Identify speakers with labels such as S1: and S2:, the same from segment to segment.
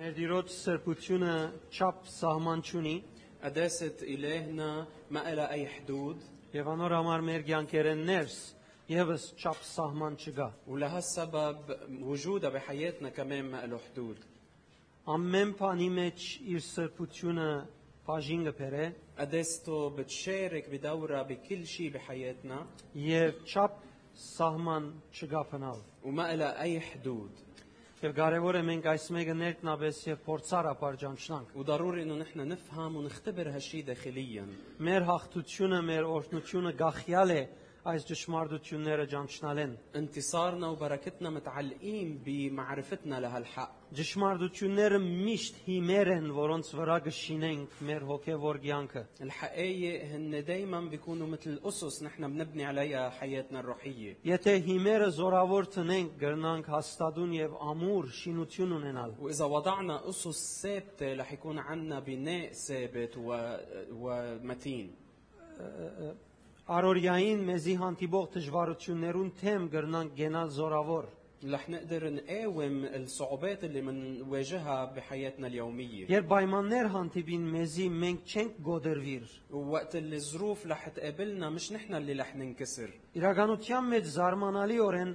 S1: Մեր Տիրոջ սրբությունը չափ սահման չունի
S2: قداسة إلهنا ما إلها أي حدود
S1: եւ անոր համար մեր ցանկերեն ներս եւս չափ սահման չկա։
S2: ولهالسبب وجودها بحياتنا كمان ما له حدود
S1: Ամեն բանի մեջ իր սրբությունը բաժին գբերե
S2: قداسته بتشارك بدورها بكل شيء بحياتنا
S1: եւ չափ սահման չկա փնալ։
S2: وما إلها أي حدود
S1: Եվ կարևոր է մենք այս մեկը ներտնաբես եւ փորձարապար ճանչնանք։
S2: وضروري انه نحن نفهم ونختبر هالشي داخليا
S1: Մեր հաղթությունը, մեր օրհնությունը գախյալ է այս ճշմարտությունները ճանչնալեն։
S2: انتصارنا وبركتنا متعلقين بمعرفتنا لهالحق
S1: Ճշմարտությունները միշտ հիմեր են, որոնց վրա գշինենք մեր հոգեվոր ցանկը։
S2: الحقائق هن دايما بيكونوا مثل أسس نحن بنبني عليها حياتنا الروحية
S1: Եթե հիմերը զորավոր տնենք, գրնանք հաստատուն եւ ամուր շինություն ունենալ։
S2: وإذا وضعنا أسس ثابتة رح يكون عنا بناء ثابت و... ومتين
S1: Արորյային մեզի հանդիպող դժվարություններուն թեմ գրնանք գենալ զորավոր։
S2: رح نقدر نقاوم الصعوبات اللي بنواجهها بحياتنا اليومية
S1: Երբ պայմաններ հանդիպին մեզի, մենք չենք գոդերվիր։
S2: ووقت اللي الظروف رح تقابلنا مش نحن اللي رح ننكسر
S1: Իրականության մեջ զարմանալիորեն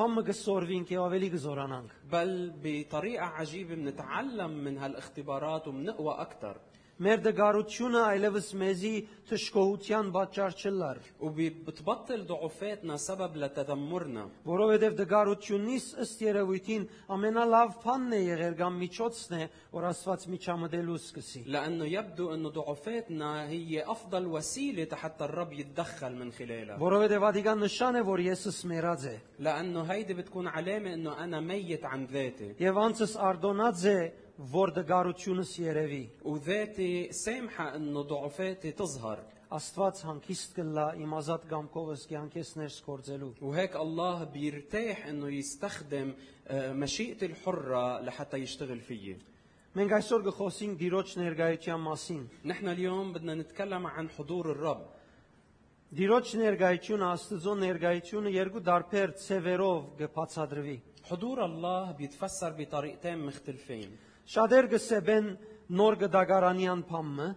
S1: համը գսորվինք եւ ավելի գզորանանք։
S2: بل بطريقة عجيبة بنتعلم من هالاختبارات وبنقوى أكثر
S1: Մեր դգարությունը այլևս մեզի թշկողության պատճառ չլար,
S2: وبتبطل ضعفاتنا سبب لتذمرنا
S1: որովհետեւ դգարությունից ըստ երևույթին ամենալավ փանն է եղել կամ միջոցն է, որ Աստված միջամտելու սկսի։
S2: لأنه يبدو أن ضعفاتنا هي أفضل وسيلة حتى الرب يتدخل من خلالها
S1: Որովհետեւ Վատիկան նշան է, որ եսս մեռած է
S2: لأنه هيدي بتكون علامة أنه أنا ميت عن ذاتي
S1: եւ անցս արդոնած է, որ դգարությունս երևի։
S2: وذاتي سامحة أنه ضعفاتي تظهر
S1: Աստված հանգիստ կլա իմ ազատ կամքովս կյանքես ներս կործելու։
S2: وهيك الله بيرتاح أنه يستخدم آه، مشيئتي الحرة لحتى يشتغل فيي
S1: Մենք այսօր կխոսենք Տիրոջ ներկայության մասին։
S2: نحن اليوم بدنا نتكلم عن حضور الرب
S1: Տիրոջ ներկայությունը, Աստծո ներկայությունը երկու դարբեր ցևերով կբացադրվի։
S2: حضور الله بيتفسر بطريقتين مختلفين
S1: Շատեր կսեբեն նոր գդագարանյան փամը,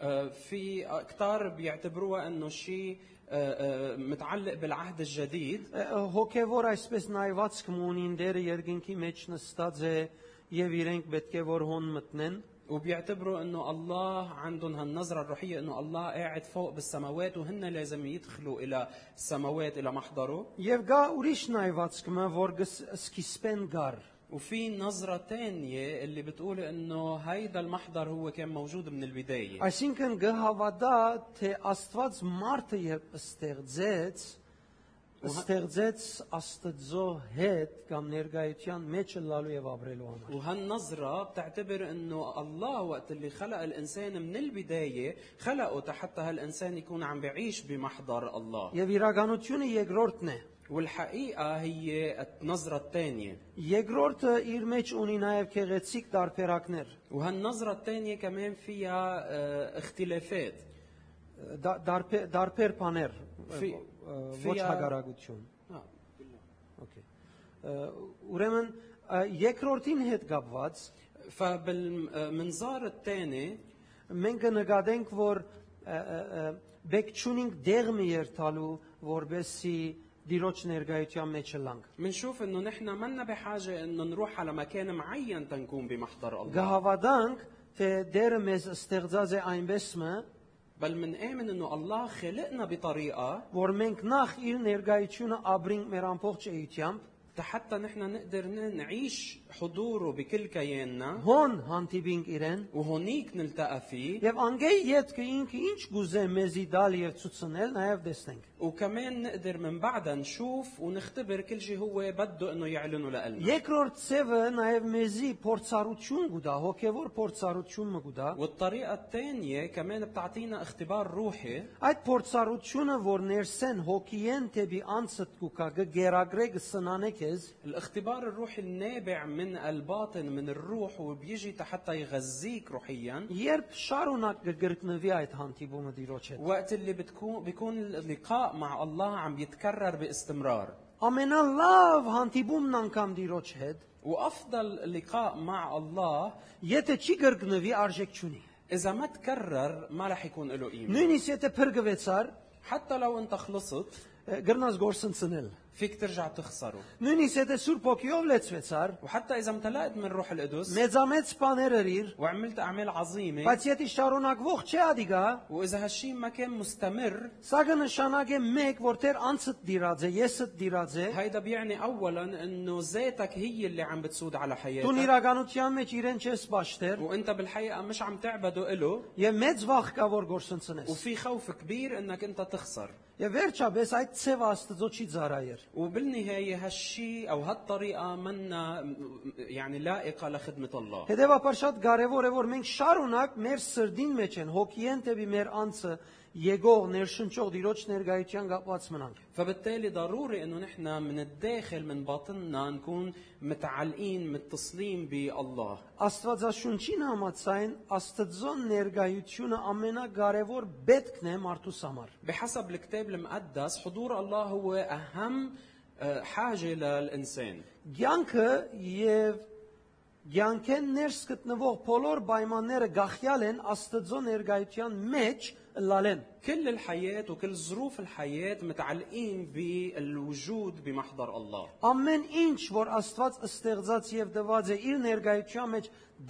S2: آه، في كتار بيعتبروها انه شيء آه، آه، متعلق بالعهد الجديد
S1: ը, ը, հոգևոր այսպես նայվածք մունին դերը երկինքի մեջ նստած է եւ իրենք պետք է որ հոն մտնեն։
S2: وبيعتبروا انه الله عندهم هالنظره الروحيه انه الله قاعد فوق بالسماوات وهن لازم يدخلوا الى السماوات الى محضره
S1: Եվ գա ուրիշ նայվածքը, որ գս- սկիզբեն գար։
S2: وفي نظرة تانية اللي بتقول انه هيدا المحضر هو كان موجود من البداية
S1: Այսինքն գհավատա, թե Աստված մարդը երբ ստեղծեց, ստեղծեց Աստծո հետ կամ ներկայության մեջ լալու եւ ապրելու համար։
S2: وهالنظرة بتعتبر انه الله وقت اللي خلق الانسان من البداية خلقه حتى هالانسان يكون عم بيعيش بمحضر الله
S1: Եվ իրականությունը երկրորդն է։
S2: والحقيقة هي النظرة الثانية
S1: Երկրորդը իր մեջ ունի նաեւ քեղեցիկ դարբերակներ։
S2: وهالنظرة الثانية كمان فيها آه، اختلافات
S1: դա- Դարբեր դարբեր բաներ,
S2: Ֆի-
S1: ը, ոչ
S2: ֆիա-
S1: հագարագություն։
S2: آه،
S1: Okay։ Ը, Ուրեմն ը, երկրորդին հետ կապված
S2: فبالمنظار الثاني
S1: Մենք կնկատենք, որ ը, ը, ը, բեք ճունինգ դեղմի երթալու, որբեսի դիրոջ ներգայության մեջ լանք։
S2: منشوف انه نحن منا بحاجة انه نروح على مكان معين تنكون بمحضر الله
S1: Գահավադանք, թե դերը մեզ ստեղծած է այնպեսմը,
S2: بل منآمن انه الله خلقنا بطريقة
S1: որ մենք նախ իր ներգայությունը ապրենք մեր ամբողջ էությամբ,
S2: حتى نحن نقدر نعيش حضوره بكل كياننا
S1: հոն հանդիպենք իրեն
S2: وهونيك نلتقى فيه
S1: եւ անգեի յետ կինք ինչ գուզե մեզի դալ եւ ցուցնել, նաեւ տեսնենք։
S2: وكمان نقدر من بعدها نشوف ونختبر كل شيء هو بده انه يعلنه لنا
S1: Երկրորդ ծևը նաեւ մեզի փորձառություն գուտա, հոգեվոր փորձառություն մը գուտա։
S2: والطريقة الثانية كمان بتعطينا اختبار روحي
S1: Այդ փորձառությունը, որ ներսեն հոգիեն դեպի անցդ կուկա գերագրեգ սնանեք ես,
S2: الاختبار الروحي النابع من الباطن من الروح وبيجي حتى يغذيك روحيا
S1: երբ շարունակ կգրկնվի այդ հանդիպումը Տիրոջ հետ։
S2: وقت اللي بتكون بيكون اللقاء مع الله عم يتكرر باستمرار
S1: Ամենալավ հանդիպումն անգամ Տիրոջ հետ
S2: وافضل لقاء مع الله
S1: Եթե չի գրգնվի արժեք չունի։
S2: اذا ما تكرر ما رح يكون له قيمه
S1: Նույնիսկ եթե փրկվեցար,
S2: حتى لو انت خلصت
S1: գրնաս գործընծնել։
S2: فيك ترجع تخسره
S1: Նույնիսկ եթե Սուրբ Օգիով լեցվեցար,
S2: وحتى اذا امتلأت من روح القدس
S1: نعم. մեծամեծ բաներ երիր,
S2: وعملت اعمال عظيمه
S1: բայց եթե շարունակվող չէ ադիգա,
S2: واذا هالشيء ما كان مستمر
S1: սա կնշանակե մեկ, որ Տեր անցդ դիրած է, եսդ դիրած է,
S2: هيدا بيعني اولا انه ذاتك هي اللي عم بتسود على
S1: դու
S2: حياتك
S1: իրականության մեջ իրեն չես ճաշտեր,
S2: وانت بالحقيقه مش عم تعبده إله
S1: եւ մեծ վախ կա որ գործընծնես։
S2: وفي خوف كبير انك انت تخسر
S1: Եվ վերջապես այդ ցեվը Աստծո չի ծարայեր։
S2: وبالنهايه هالشيء او هالطريقه منا يعني لائقه لخدمه الله
S1: Հետևաբար շատ կարևոր է որ մենք շարունակ մեր սրդին մեջ են հոգի ընդեպի մեր անձը եկող ներշնչող դիրոջ ներգայության կապված մնանք։
S2: فبالتالي ضروري انه نحن من الداخل من باطننا نكون متعلقين متصلين بالله
S1: Աստվածաշունչին համաձայն Աստծո ներգայությունը ամենակարևոր բետքն է մարդուս համար։
S2: بحسب الكتاب المقدس حضور الله هو اهم آه، حاجه للانسان
S1: Գյանքը եւ Գյանքեն ներս գտնվող բոլոր պայմանները գախյալ են Աստծո ներգայության մեջ լալեն։
S2: كل الحياة وكل ظروف الحياة متعلقين بالوجود بمحضر الله
S1: Ամեն ինչ, որ Աստված ստեղծած եւ տված է իր ներգայության մեջ,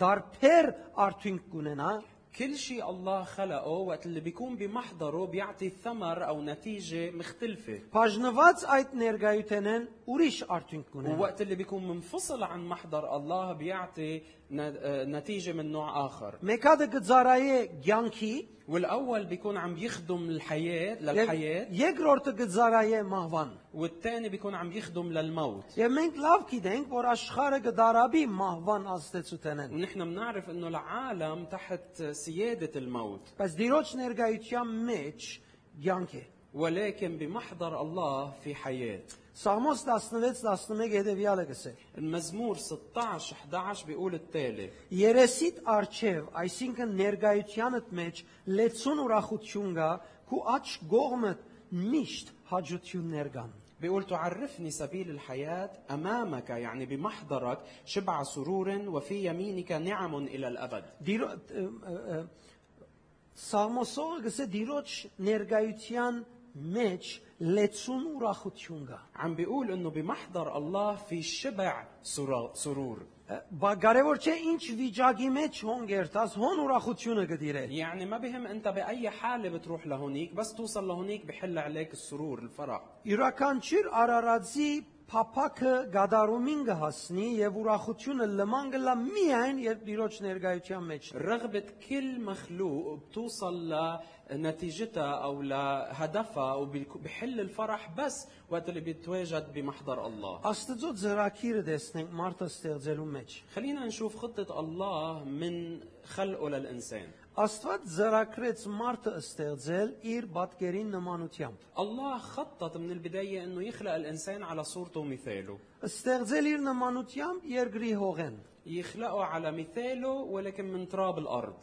S1: դարբեր արդյունք կունենա,
S2: كل شيء الله خلقه وقت اللي بيكون بمحضره بيعطي ثمر أو نتيجة مختلفة
S1: բաժնված այդ ներգայութենեն ուրիշ արդյունք կունենա։
S2: ووقت اللي بيكون منفصل عن محضر الله بيعطي ن- آه، نتيجة من نوع آخر
S1: Մեկը գծարայե ցանկի,
S2: والأول بيكون عم يخدم الحياة
S1: եւ
S2: للحياة
S1: երկրորդը գծարայե մահվան։
S2: والثاني بيكون عم يخدم للموت
S1: Եվ մենք լավ գիտենք, որ աշխարհը գդարաբի մահվան աստեցութենեն։
S2: ونحن بنعرف انه العالم تحت سيادة الموت
S1: Բայց դիրոջ ներգայության մեջ ցանկ է։
S2: ولكن بمحضر الله في حياه
S1: Սամոս 16:11 հետեւյալը գսել։
S2: المزمور 16 11 بيقول التالي
S1: Երեսիդ արչև, այսինքն ներգայությանդ մեջ լեցուն ուրախություն կա, քու աչ գողմդ միշտ հաջություններ կան։
S2: بيقول تعرفني سبيل الحياة أمامك يعني بمحضرك شبع سرور وفي يمينك نعم إلى الأبد
S1: Դիրո ը, ը, ը, Սամոսողը գսե դիրոջ ներգայության մեջ լեցուն ուրախություն կա։
S2: عم بيقول أنه بمحضر الله في شبع سرا- سرور
S1: Ը, Բա կարևոր չէ ինչ վիճակի մեջ հոնգերտաս հոն ուրախությունը գդիրել։
S2: يعني ما بهم أنت بأي حالة بتروح لهونيك بس توصل لهونيك بحل عليك السرور الفرح
S1: Յուրաքանչյուր Արարածի Փափակը գադարումին կհասնի եւ ուրախությունը լման գլա միայն երբ դիրոջ ներգայության մեջ
S2: رغبة كل مخلوق بتوصل لنتيجتها أو لهدفها وبحل الفرح بس وقت اللي بيتواجد بمحضر الله
S1: Աստծո ծրագիրը տեսնենք մարդը ստեղծելու մեջ։
S2: خلينا نشوف خطة الله من خلقه للإنسان
S1: Աստված ծրագրեց մարդը ստեղծել իր պատկերին նմանությամբ։
S2: الله خطط من البداية أنه يخلق الإنسان على صورته ومثاله
S1: Ստեղծել իր նմանությամբ երկրի հողեն։
S2: يخلقه على مثاله ولكن من تراب الأرض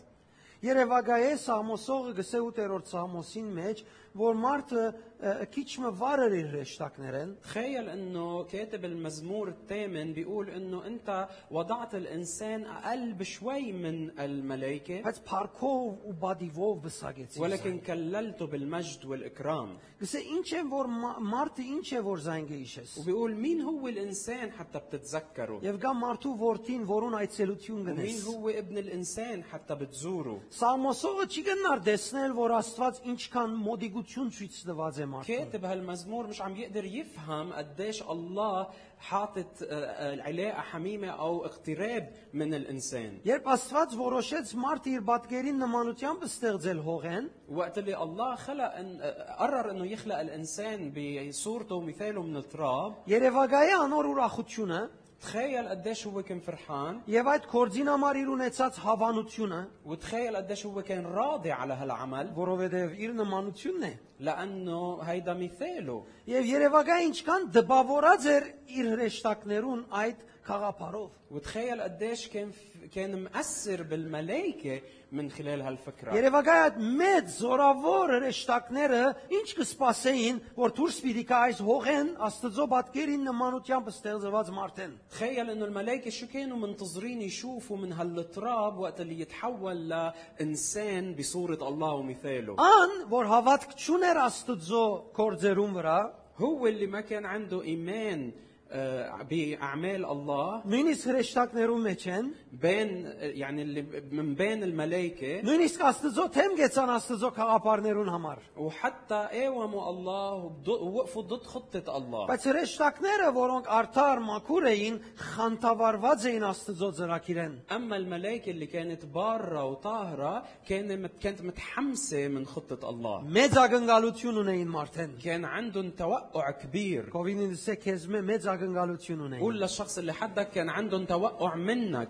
S1: Երևակայե Սամոսողը գսե 8-րդ Սամոսին մեջ, որ մարդը ը, քիչմը վարեր իր հեշտակներեն,
S2: تخيل أنه كاتب المزمور الثامن بيقول أنه أنت وضعت الإنسان أقل بشوي من الملائكة
S1: բայց парքով ու բադիվով բսագեցին։
S2: ولكن كللته بالمجد والإكرام
S1: Գսե ինչ են որ մա- մարդը ինչ է որ զանգե իշես։
S2: وبيقول مين هو الإنسان حتى بتتذكره
S1: Եվ գա մարդու որդին, որուն այցելություն
S2: ومين
S1: գնես։
S2: هو ابن الإنسان حتى بتزوره
S1: Սամոսողը չի գնար տեսնել, որ Աստված ինչքան մոդիգություն ցույց տված է մարդուն։
S2: كاتب هالمزمور مش عم يقدر يفهم قديش الله حاطط آه، آه، علاقة حميمة أو اقتراب من الإنسان
S1: Երբ Աստված որոշեց մարդը իր պատկերին նմանությամբ ստեղծել հողեն,
S2: وقت اللي الله خلق إن آه، قرر أنه يخلق الإنسان بصورته ومثاله من التراب
S1: Երևակայի անոր ուրախությունը
S2: تخيل قديش هو كان فرحان
S1: եւ այդ կորձին համար իր ունեցած հավանությունը,
S2: وتخيل قديش هو كان راضي على هالعمل
S1: որովհետեւ իր նմանությունն է,
S2: لأنه هيدا مثاله
S1: եւ Երևակայի ինչքան դպավորած էր իր հրեշտակներուն այդ խաղապարով։
S2: وتخيل قديش كان كان مأثر بالملائكة من خلال هالفكرة
S1: Երևակայ այդ մեծ զորավոր հրեշտակները ինչ կսպասեին, որ դուրս պիտի գա այս հողեն Աստծո բատկերին նմանությամբ ստեղծված մարդեն։
S2: تخيل انه الملائكة شو كانوا منتظرين يشوفوا من هالتراب وقت اللي يتحول لإنسان بصورة الله ومثاله
S1: Ան, որ հավատք չուներ Աստծո կորձերուն վրա,
S2: هو اللي ما كان عنده إيمان آه، بأعمال الله
S1: նույնիսկ հրեշտակներու մեջ են,
S2: بين يعني اللي من بين الملائكة
S1: նույնիսկ Աստծո թեմ գեցան Աստծո խաղապարներուն համար։
S2: وحتى قاوموا الله وبض- ووقفوا ضد خطة الله
S1: Բայց հրեշտակները, որոնք արդար մաքուր էին, խանդավառված էին Աստծո ծրակիրեն։
S2: أما الملائكة اللي كانت بارة وطاهرة كان كانت متحمسة من خطة الله
S1: Մեծ ակնկալություն ունեին մարդեն։
S2: كان عندهم توقع كبير
S1: Կովինինսը քեզ մե- մեծ ակնկալություն ունեին։
S2: قول للشخص اللي حدك كان عندهم توقع منك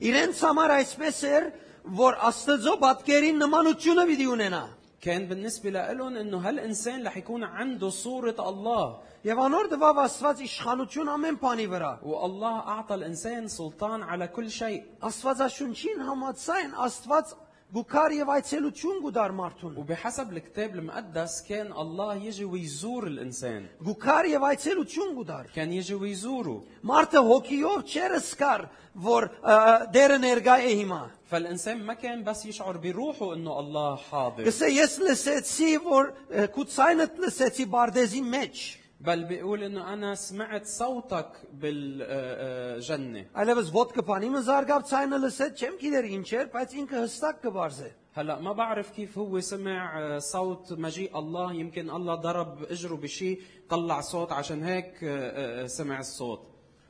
S1: Իրենց համար այսպես էր, որ Աստծո բատկերին նմանությունը պիտի ունենա։
S2: كان بالنسبة لهم انه هالانسان رح يكون عنده صورة الله
S1: Եվ անոր դվավ Աստված իշխանություն ամեն բանի վրա։
S2: والله أعطى الإنسان سلطان على كل شيء
S1: Աստվածաշունչին համաձայն Աստված գուքար եւ այցելություն գուդար մարդուն։
S2: وبحسب الكتاب المقدس كان الله يجي ويزور الإنسان
S1: Գուքար եւ այցելություն գուդար։
S2: كان يجي ويزوره
S1: Մարդը հոգիով չերս կար, որ ը, դերը ներգա է հիմա։
S2: فالإنسان ما كان بس يشعر بروحه إنه الله حاضر
S1: Գսե ես լսեցի, որ ը, կուցայնդ լսեցի բարդեզի մեջ։
S2: بل بيقول إنه أنا سمعت صوتك بالجنة
S1: Այլևս ոդկը բանիմը զարգավ ցայնը լսեց, չեմ գիտեր ինչ էր, բայց ինքը հստակ կբարձե։
S2: هلا ما بعرف كيف هو سمع آه، صوت مجيء الله يمكن الله ضرب اجره بشيء طلع صوت عشان هيك آه، آه، سمع الصوت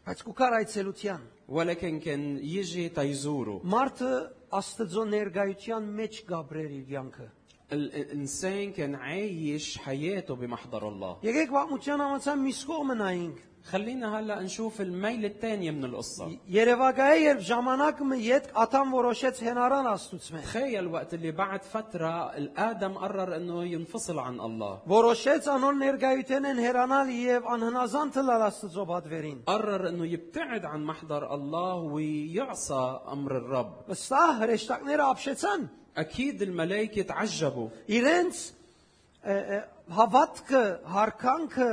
S1: Բայց կուքար այցելության։
S2: ولكن كان يجي تيزوره
S1: Մարդը Աստծո ներգայության մեջ գաբրեր իր յանքը։
S2: الانسان كان عايش حياته بمحضر الله
S1: Եկեք վաղմության համացան միս կողմը նայինք։
S2: خلينا هلا نشوف الميل الثانية من القصة
S1: Երևակայի երբ ժամանակը մը յետ աթամ որոշեց հենարան աստուծմե։
S2: تخيل وقت اللي بعد فترة الآدم قرر انه ينفصل عن الله
S1: Որոշեց անոր ներգայութենեն հերանալ եւ անհնազանդ թլալ Աստծո բադվերին։
S2: قرر انه يبتعد عن محضر الله ويعصى امر الرب
S1: Վստահ հրեշտակները ապշեցան
S2: اكيد الملائكة تعجبوا
S1: իրենց ը, ը, հավատքը, հարկանքը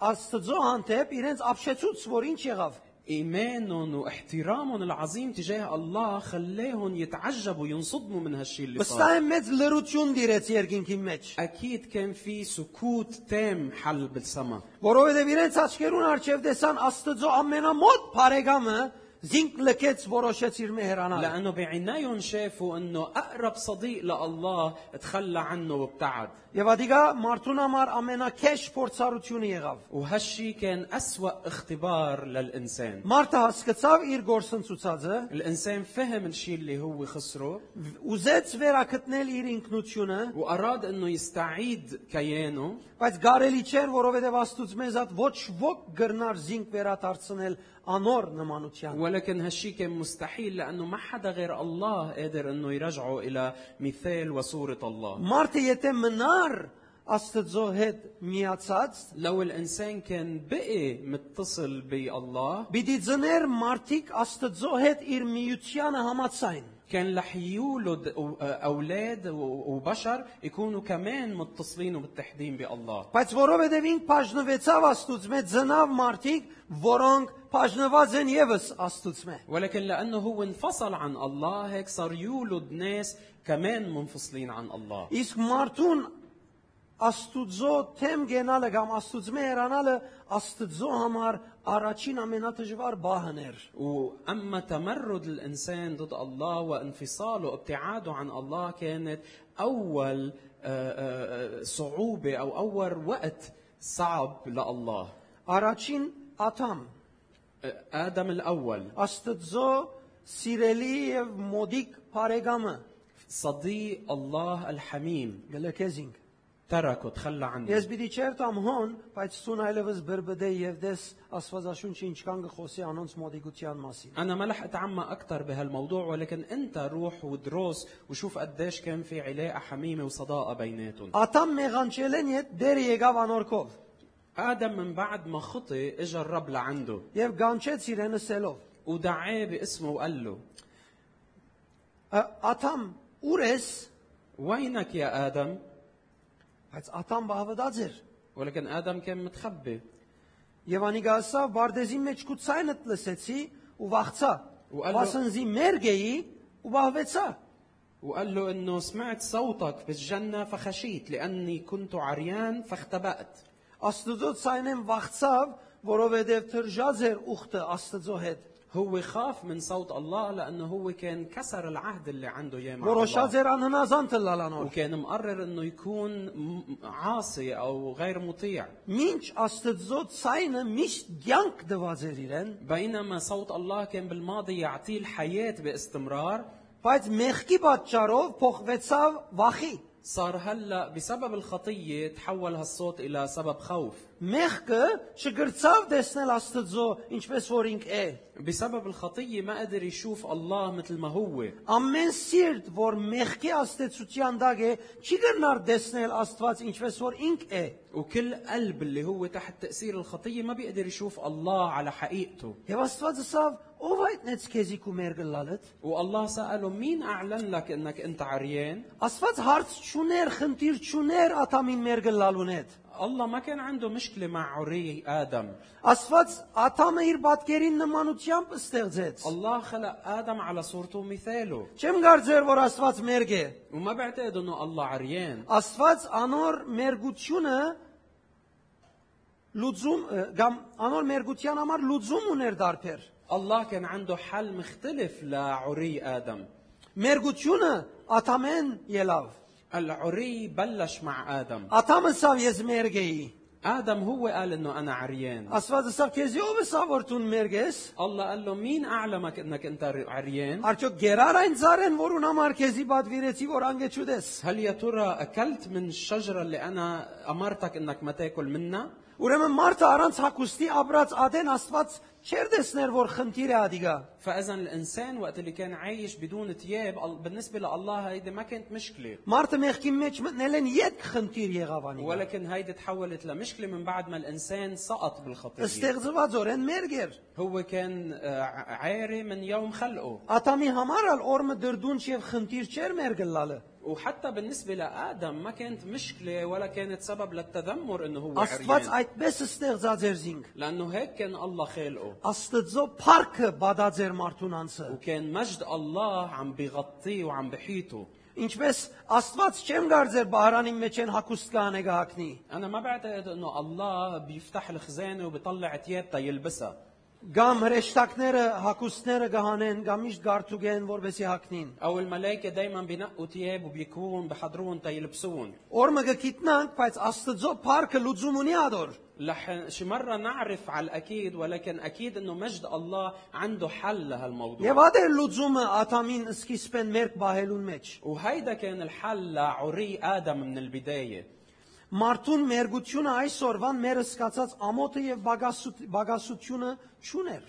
S1: Աստծո հանդեպ իրենց ապշեցուց, որ ինչ եղավ։
S2: ايمانهم واحترامهم العظيم تجاه الله خلاهم يتعجبوا ينصدموا من هالشيء اللي
S1: Վստահ
S2: صار
S1: եմ մեծ լրություն դիրեց երկինքի մեջ։
S2: اكيد كان في سكوت تام حل بالسما
S1: Որովհետև իրենց աչքերուն արջև տեսան Աստծո ամենամոտ բարեկամը զինք լքեց որոշեց իր մեհրանալ։
S2: لانه بعينيهم شافوا انه اقرب صديق لله تخلى عنه وابتعد
S1: Եվ ադիգա մարդուն համար ամենակեշ փորձառությունը եղավ։
S2: وهالشي كان أسوأ اختبار للإنسان
S1: Մարդը հասկացավ իր գործընծուցածը,
S2: الإنسان فهم الشيء اللي هو خسره
S1: ուզեց վերակտնել իր ինքնությունը,
S2: وأراد أنه يستعيد كيانه
S1: բայց գարելի չէր, որովհետև Աստուծո մեզ այդ ոչ ոք գրնար զինք վերադարձնել անոր նմանության։
S2: ولكن هالشي كان مستحيل لأنه ما حدا غير الله قادر أنه يرجعه إلى مثال وصورة الله
S1: Մարդը եթե մնար Աստծո հետ միացած,
S2: لو الإنسان كان بقي متصل بالله
S1: Բիդի ձներ մարդիկ Աստծո հետ իր միությանը համացայն։
S2: كان رح يولد أو- أولاد و- وبشر يكونوا كمان متصلين ومتحدين بالله
S1: Բայց որովհետև ինք բաժնվեցավ Աստծո մեջ ձնավ մարդիկ, որոնք բաժնված են եւս Աստծո մեջ։
S2: ولكن لأنه هو انفصل عن الله هيك صار يولد ناس كمان منفصلين عن الله
S1: Իսկ մարդուն Աստուծո թեմ գենալը կամ Աստծո մեջ երանալը Աստծո համար առաջին ամենադժվար բահն էր։
S2: وأما تمرد الإنسان ضد الله وانفصاله ابتعاده عن الله كانت أول آه، آه، صعوبة أو أول وقت صعب لله
S1: Առաջին Աթամ
S2: آه، آدم الأول
S1: Աստծո սիրելի եւ մոդիկ բարեկամը
S2: صديق الله الحميم
S1: գլեքեզինք։
S2: تركه تخلى عنه
S1: Ես պիտի չերտամ հոն, բայց ցուն այլևս բրբդե եւ դես Աստվածաշունչը ինչքան գխոսի անոնց մոդիգության մասին։
S2: أنا ما رح أتعمق أكثر بهالموضوع ولكن أنت روح ودروس وشوف قديش كان في علاقة حميمة وصداقة بيناتهم
S1: Աթամ մեղանչելեն հետ դեր եկավ անորքով։
S2: آدم من بعد ما خطي اجى الرب لعنده
S1: եւ գանչեց իրեն ասելով.
S2: ودعاه باسمه وقال له
S1: «Ա- Աթամ, ուր ես?
S2: وينك يا آدم؟
S1: Բայց Աթամ բավարար էր։
S2: ولكن آدم كان متخبي
S1: Եվ անիկա ասավ, «Բարդեզի մեջ քու ցայնդ լսեցի ու վախցա։
S2: Ու ալո-
S1: Ասնզի մերգեի ու բավեցա»։
S2: وقال له انه سمعت صوتك بالجنه فخشيت لاني كنت عريان فاختبأت
S1: Աստծո ցայնեն վախցավ, որովհետև թրջած էր ուխտը Աստծո հետ։
S2: هو خاف من صوت الله لانه هو كان كسر العهد اللي عنده اياه مع
S1: Որոշած
S2: الله
S1: էր անհնազանդ լալանոր։
S2: وكان مقرر انه يكون م- عاصي او غير مطيع
S1: Մինչ Աստծո ցայնը միշտ ցանկ դված էր իրեն,
S2: بينما صوت الله كان بالماضي يعطيه الحياه باستمرار
S1: բայց մեղքի պատճառով փոխվեցավ վախի։
S2: صار هلا بسبب الخطيه تحول هالصوت الى سبب خوف
S1: Մեղքը չգրծավ տեսնել Աստծո, ինչպես որ ինք է։
S2: بسبب الخطيه ما قدر يشوف الله مثل ما هو
S1: Ամեն սիրտ, որ մեղքի աստեցության դակ է, չի գտնար տեսնել Աստված ինչպես որ ինք է։
S2: وكل قلب اللي هو تحت تأثير الخطية ما بيقدر يشوف الله على حقيقته
S1: Եվ Աստվածը ասավ՝ ով այդնեց քեզի քու մերգը լալդ։
S2: والله سأله مين أعلن لك أنك أنت عريان
S1: Աստված հարց չուներ, խնդիր չուներ Աթամին մերգը լալուն հետ։
S2: الله ما كان عنده مشكلة مع عري آدم
S1: Աստված Աթամը իր պատկերին նմանությամբ ստեղծեց։
S2: الله خلق آدم على صورته ومثاله
S1: Չեմ կարծեր, որ Աստված մերգ է։
S2: وما بعتقد أنه الله عريان
S1: Աստված անոր մերգությունը լուծում ը, կամ անոր մերգության համար լուծում ուներ դարբեր։
S2: الله كان عنده حل مختلف لعري آدم
S1: Մերգությունը Աթամեն ելավ։
S2: العري بلش مع آدم
S1: Աթամը ասավ ես մերգ էի։
S2: آدم هو قال أنه أنا عريان
S1: Աստված ասավ քեզի ով ասավ որ դու մերգ ես։
S2: الله قال له مين أعلمك أنك أنت عريان
S1: Արդյոք գերար այն ծառեն, որ ունամ արքեզի պատվիրեցի, որ անգեչուდეს։
S2: هل يا ترى أكلت من الشجرة اللي أنا أمرتك أنك ما تاكل منها؟
S1: Ուրեմն մարդը առանց հակոստի ապրած ադեն Աստված չեր տեսներ որ խնդիր է ադիգա։
S2: فإذا الإنسان وقت اللي كان عايش بدون ثياب ال- بالنسبة لله هيدي ما كانت مشكلة
S1: Մարդը մեղքի մեջ մտնել են եկ խնդիր եղավ անի։
S2: ولكن هيدي تحولت لمشكلة من بعد ما الإنسان سقط بالخطية
S1: Ստեղծված օրեն մերգ էր։
S2: هو كان آه، عاري من يوم خلقه
S1: Աթամի համար ալ օրը դրդունջ եւ խնդիր չէր մեր գլալը։
S2: وحتى بالنسبة لآدم ما كانت مشكلة ولا كانت سبب للتذمر إنه هو
S1: Աստված
S2: عريان
S1: այդպես ստեղծած էր զինք։
S2: لأنه هيك كان الله خالقه
S1: Աստծո փառքը բադած էր մարդուն անցը։
S2: وكان مجد الله عم بيغطيه وعم بحيطه
S1: Ինչպես Աստված չեմ դարձեր բահարանի մեջ են հակուստ կանե գահակնի։
S2: أنا ما بعتقد إنه الله بيفتح الخزانة وبيطلع ثياب تيلبسها،
S1: Գամ հրեշտակները հակուստները գահանեն, գամ միշտ գարտուգեն, որբեսի հակնին։
S2: أو الملائكة دايما بينقوا ثياب وبيكون بحضرون تيلبسون،
S1: Օրը գկիտնանք, բայց Աստծո փառքը լուծում ունի ադոր։
S2: رح شي مرة نعرف على الأكيد ولكن أكيد إنه مجد الله عنده حل لهالموضوع.
S1: Եվ ադեր լուծումը Աթամին սկիզբեն մերկ բահելուն մեջ։
S2: وهيدا كان الحل لعري آدم من البداية.
S1: Մարդուն մերգությունը այսօրվան մեր սկացած ամոթը եւ բագասուտ- բագասությունը ճուներ։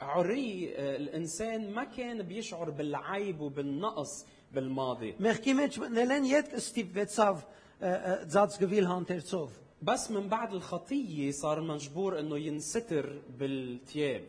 S2: عري آه، الإنسان ما كان بيشعر بالعيب وبالنقص بالماضي،
S1: Մեղքի մեջ մտնել են իդ ստիպվեցավ ը, ը, ծած գվիլ հանդերձով։
S2: بس من بعد الخطية صار مجبور إنه ينستر بالثياب.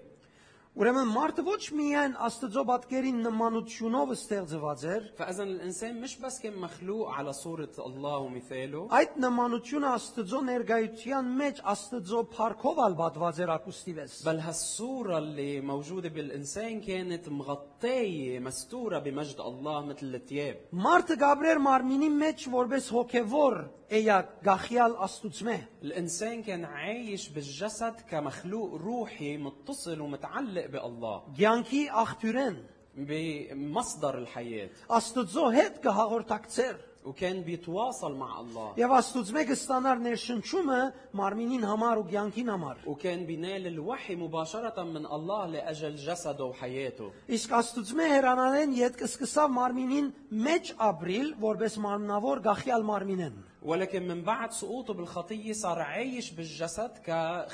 S1: Ուրեմն մարդը ոչ միայն Աստծո պատկերին նմանությունով ստեղծված էր,
S2: فاذا الانسان مش بس كان مخلوق على صوره الله ومثاله
S1: այդ նմանությունը Աստծո ներկայության մեջ Աստծո փառքով ալբատված էր ակուստի վես։
S2: بل هالصوره اللي موجوده بالانسان كانت مغطيه مستوره بمجد الله مثل الثياب
S1: Մարդը գաբրեր մարմինի մեջ որպես հոգևոր էյակ գախյալ Աստուծմե։
S2: الانسان كان عايش بالجسد كمخلوق روحي متصل ومتعلق بالله
S1: Գյանքի աղբյուրեն
S2: بمصدر الحياه
S1: Աստծո հետ կհաղորդակցեր։
S2: وكان بيتواصل مع الله
S1: Եվ Աստուծո մեկը ստանար ներշնչումը մարմինին համար ու ցանկին համար։
S2: وكان بينال الوحي مباشره من الله لاجل جسده وحياته
S1: Իսկ Աստուծո մե հերանալեն իդ կսկսավ մարմինին մեջ ապրիլ, որպես մարմնավոր գախյալ մարմինեն։
S2: ولكن من بعد سقوطه بالخطية صار عايش بالجسد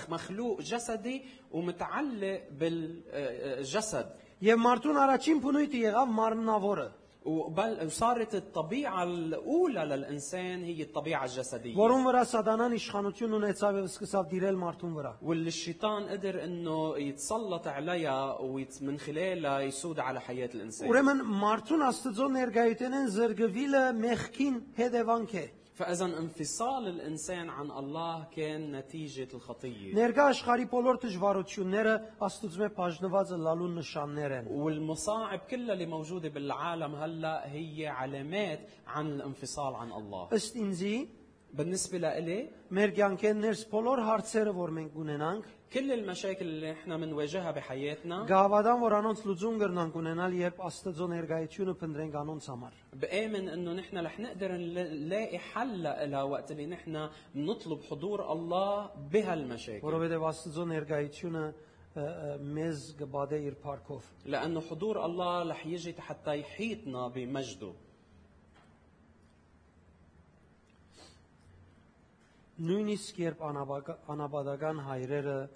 S2: كمخلوق جسدي ومتعلق بالجسد
S1: Եվ մարդուն առաջին փնույթը եղավ մարմնավորը։
S2: وبل وصارت الطبيعه الاولى للانسان هي الطبيعه الجسديه
S1: որում վրա սատանան իշխանություն ունեցավ եւ սկսավ դիրել մարդուն վրա։
S2: واللي الشيطان قدر انه يتسلط عليها ومن خلالها يسود على حياه الانسان
S1: Ուրեմն մարդուն Աստծո ներգայությունեն զրկվիլը մեղքին հետևանք է։
S2: فاذا انفصال الانسان عن الله كان نتيجه الخطيه
S1: Ներկա աշխարհի բոլոր դժվարությունները Աստծո բաժնվածը լալու նշաններ են։
S2: والمصاعب كلها اللي موجوده بالعالم هلا هي علامات عن الانفصال عن الله
S1: Ըստ ինձի
S2: بالنسبه لإلي
S1: մեր կյանքեն ներս բոլոր հարցերը, որ մենք ունենանք,
S2: كل المشاكل اللي احنا بنواجهها بحياتنا
S1: գավադան որ անոնց լուծում կրնանք ունենալ, երբ Աստծո ներկայությունը փնտրենք անոնց համար։
S2: بآمن انه نحن رح نقدر نل- نلاقي حل لها وقت اللي نحن بنطلب حضور الله بهالمشاكل
S1: Որովհետև Աստծո ներկայությունը ը, ը, մեզ կբադե իր փառքով։
S2: لانه حضور الله رح يجي حتى يحيطنا بمجده
S1: Նույնիսկ երբ անաբակ- անաբադական հայրերը ը,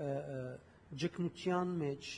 S1: ը, ճգնության մեջ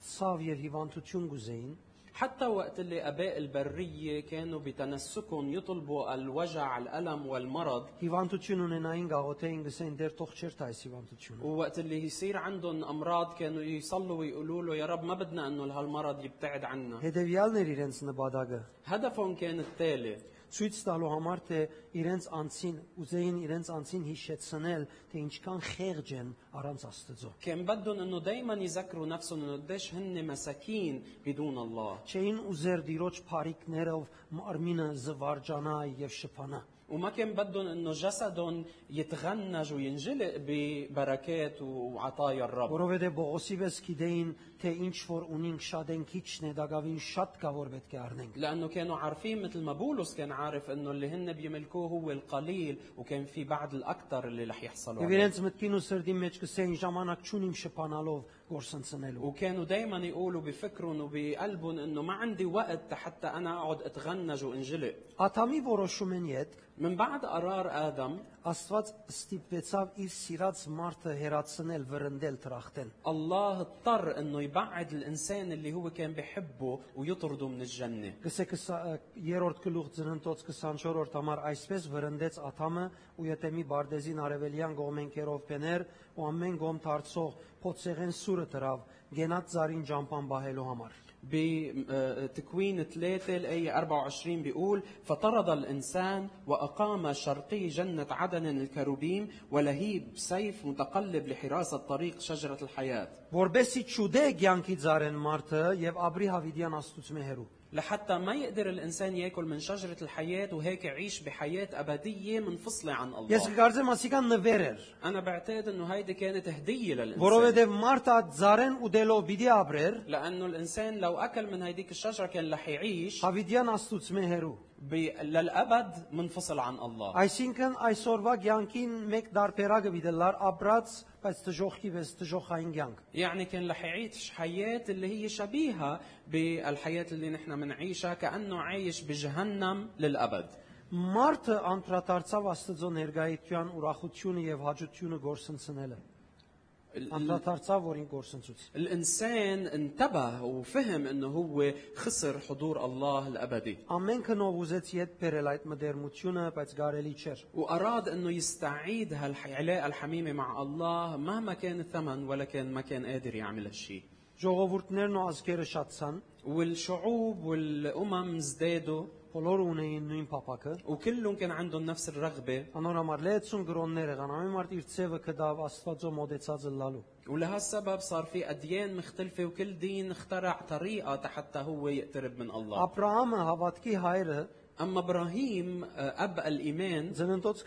S1: ցավ եւ հիվանդություն գուզեին,
S2: حتى وقت اللي اباء البريه كانوا بتنسكهم يطلبوا الوجع الالم والمرض
S1: հիվանդություն ունենային գաղութեին գսեն դեր թող չեր տա այս հիվանդությունը։
S2: ووقت اللي يصير عندهم امراض كانوا يصلوا ويقولوا له يا رب ما بدنا انه هالمرض يبتعد عنا
S1: Հետևյալներ իրենց նպատակը
S2: هدفهم كان التالي
S1: ցույց տալու համար թե իրենց անցին ուզեին իրենց անցին հիշեցնել թե ինչքան խեղճ են առանց Աստծո։
S2: كان بدهم انه دائما يذكروا نفسهم انه قديش هن مساكين بدون الله
S1: Չէին ուզեր դիրոջ փարիկներով մարմինը զվարճանա եւ շփանա։
S2: وما كان بدهم انه جسدهم يتغنج وينجلق ببركات وعطايا الرب
S1: Որովհետև Բողոսի վես գիտեին, թե ինչ որ ունին շատ են քիչն է, դակավին շատ կա որ պետք է առնենք։
S2: لانه كانوا عارفين مثل ما بولس كان عارف انه اللي هن بيملكوه هو القليل وكان في بعض الاكثر اللي رح يحصلوا
S1: Եվ
S2: عليه
S1: իրենց մտքին ու սրտի մեջ կսեին ժամանակ չունիմ շփանալով գործընծնելու։
S2: وكانوا دائما يقولوا بفكرهم وبقلبهم انه ما عندي وقت حتى انا اقعد اتغنج وانجلق
S1: Աթամի որոշումեն իդ
S2: من بعد قرار ادم
S1: Աստված ստիպեցավ իր սիրած մարդը հերացնել, վրընդել, տրախտել։
S2: الله اضطر انه يبعد الانسان اللي هو كان بحبه ويطرده من الجنه
S1: Գսեք երրորդ գլուխ ծննդոց 24-րդ համար այսպես վրընդեց Աթամը ու եթե մի բարդեզին արևելյան գողմեն կերով բեներ ու ամեն գոմ դարձող փոցեղեն սուրը դրավ գենած ծարին ճամփան բահելու համար
S2: بتكوين 3 الآية 24 بيقول فطرد الإنسان وأقام شرقي جنة عدن الكروبيم ولهيب سيف متقلب لحراسة طريق شجرة الحياة
S1: որբեսի ճուդե ցանկի ծարեն մարդը եւ ապրի հավիդյան աստծու հերու
S2: لحتى ما يقدر الانسان ياكل من شجره الحياه وهيك يعيش بحياه ابديه منفصله عن
S1: ես
S2: الله
S1: կգարձեմ ասիկան նվեր էր
S2: انا بعتقد انه هيدي كانت هديه للانسان
S1: որովհետեւ մարդը ծարեն ու դելով պիտի ապրեր
S2: لانه الانسان لو اكل من هيديك الشجره كان رح يعيش
S1: հավիդյան աստծու հերու
S2: ب... للابد منفصل عن الله
S1: Այսինքն այսօրվա ցանկին մեկ դարբերակը դիտելար ապրած, բայց դժողքի վես դժողային ցանկ։
S2: يعني كان رح يعيش حياه اللي هي شبيهه بالحياه اللي نحن بنعيشها كانه عايش بجهنم للابد
S1: Մարդը անդրադարձավ Աստծո ներգայության ուրախությունը եւ հաճությունը գործընծնելը։ Անդրադարձավ որին գործընծուց։
S2: الانسان انتبه وفهم انه هو خسر حضور الله الابدي
S1: Ամենքը նով ուզեց իդ բերել այդ մդերմությունը, բայց կարելի չէր։
S2: وأراد أنه يستعيد هالعلاقة الحميمة مع الله مهما كان الثمن ولا كان ما كان قادر يعمل هالشيء
S1: Ժողովուրդներն ու ազգերը շատցան,
S2: والشعوب والأمم ازدادوا
S1: բոլորը ունեին նույն փապակը։
S2: وكلهم كان عندهم نفس الرغبة
S1: Անորոմար լեցուն գրոններ եղան, ամեն մարդ իր ցևը կդավ Աստծո մոդեցածը լալու։
S2: ولهالسبب صار في أديان مختلفة وكل دين اخترع طريقة حتى هو يقترب من الله
S1: Աբրահամը հավատքի հայրը
S2: أما إبراهيم آه، أب الإيمان
S1: Ծննդոց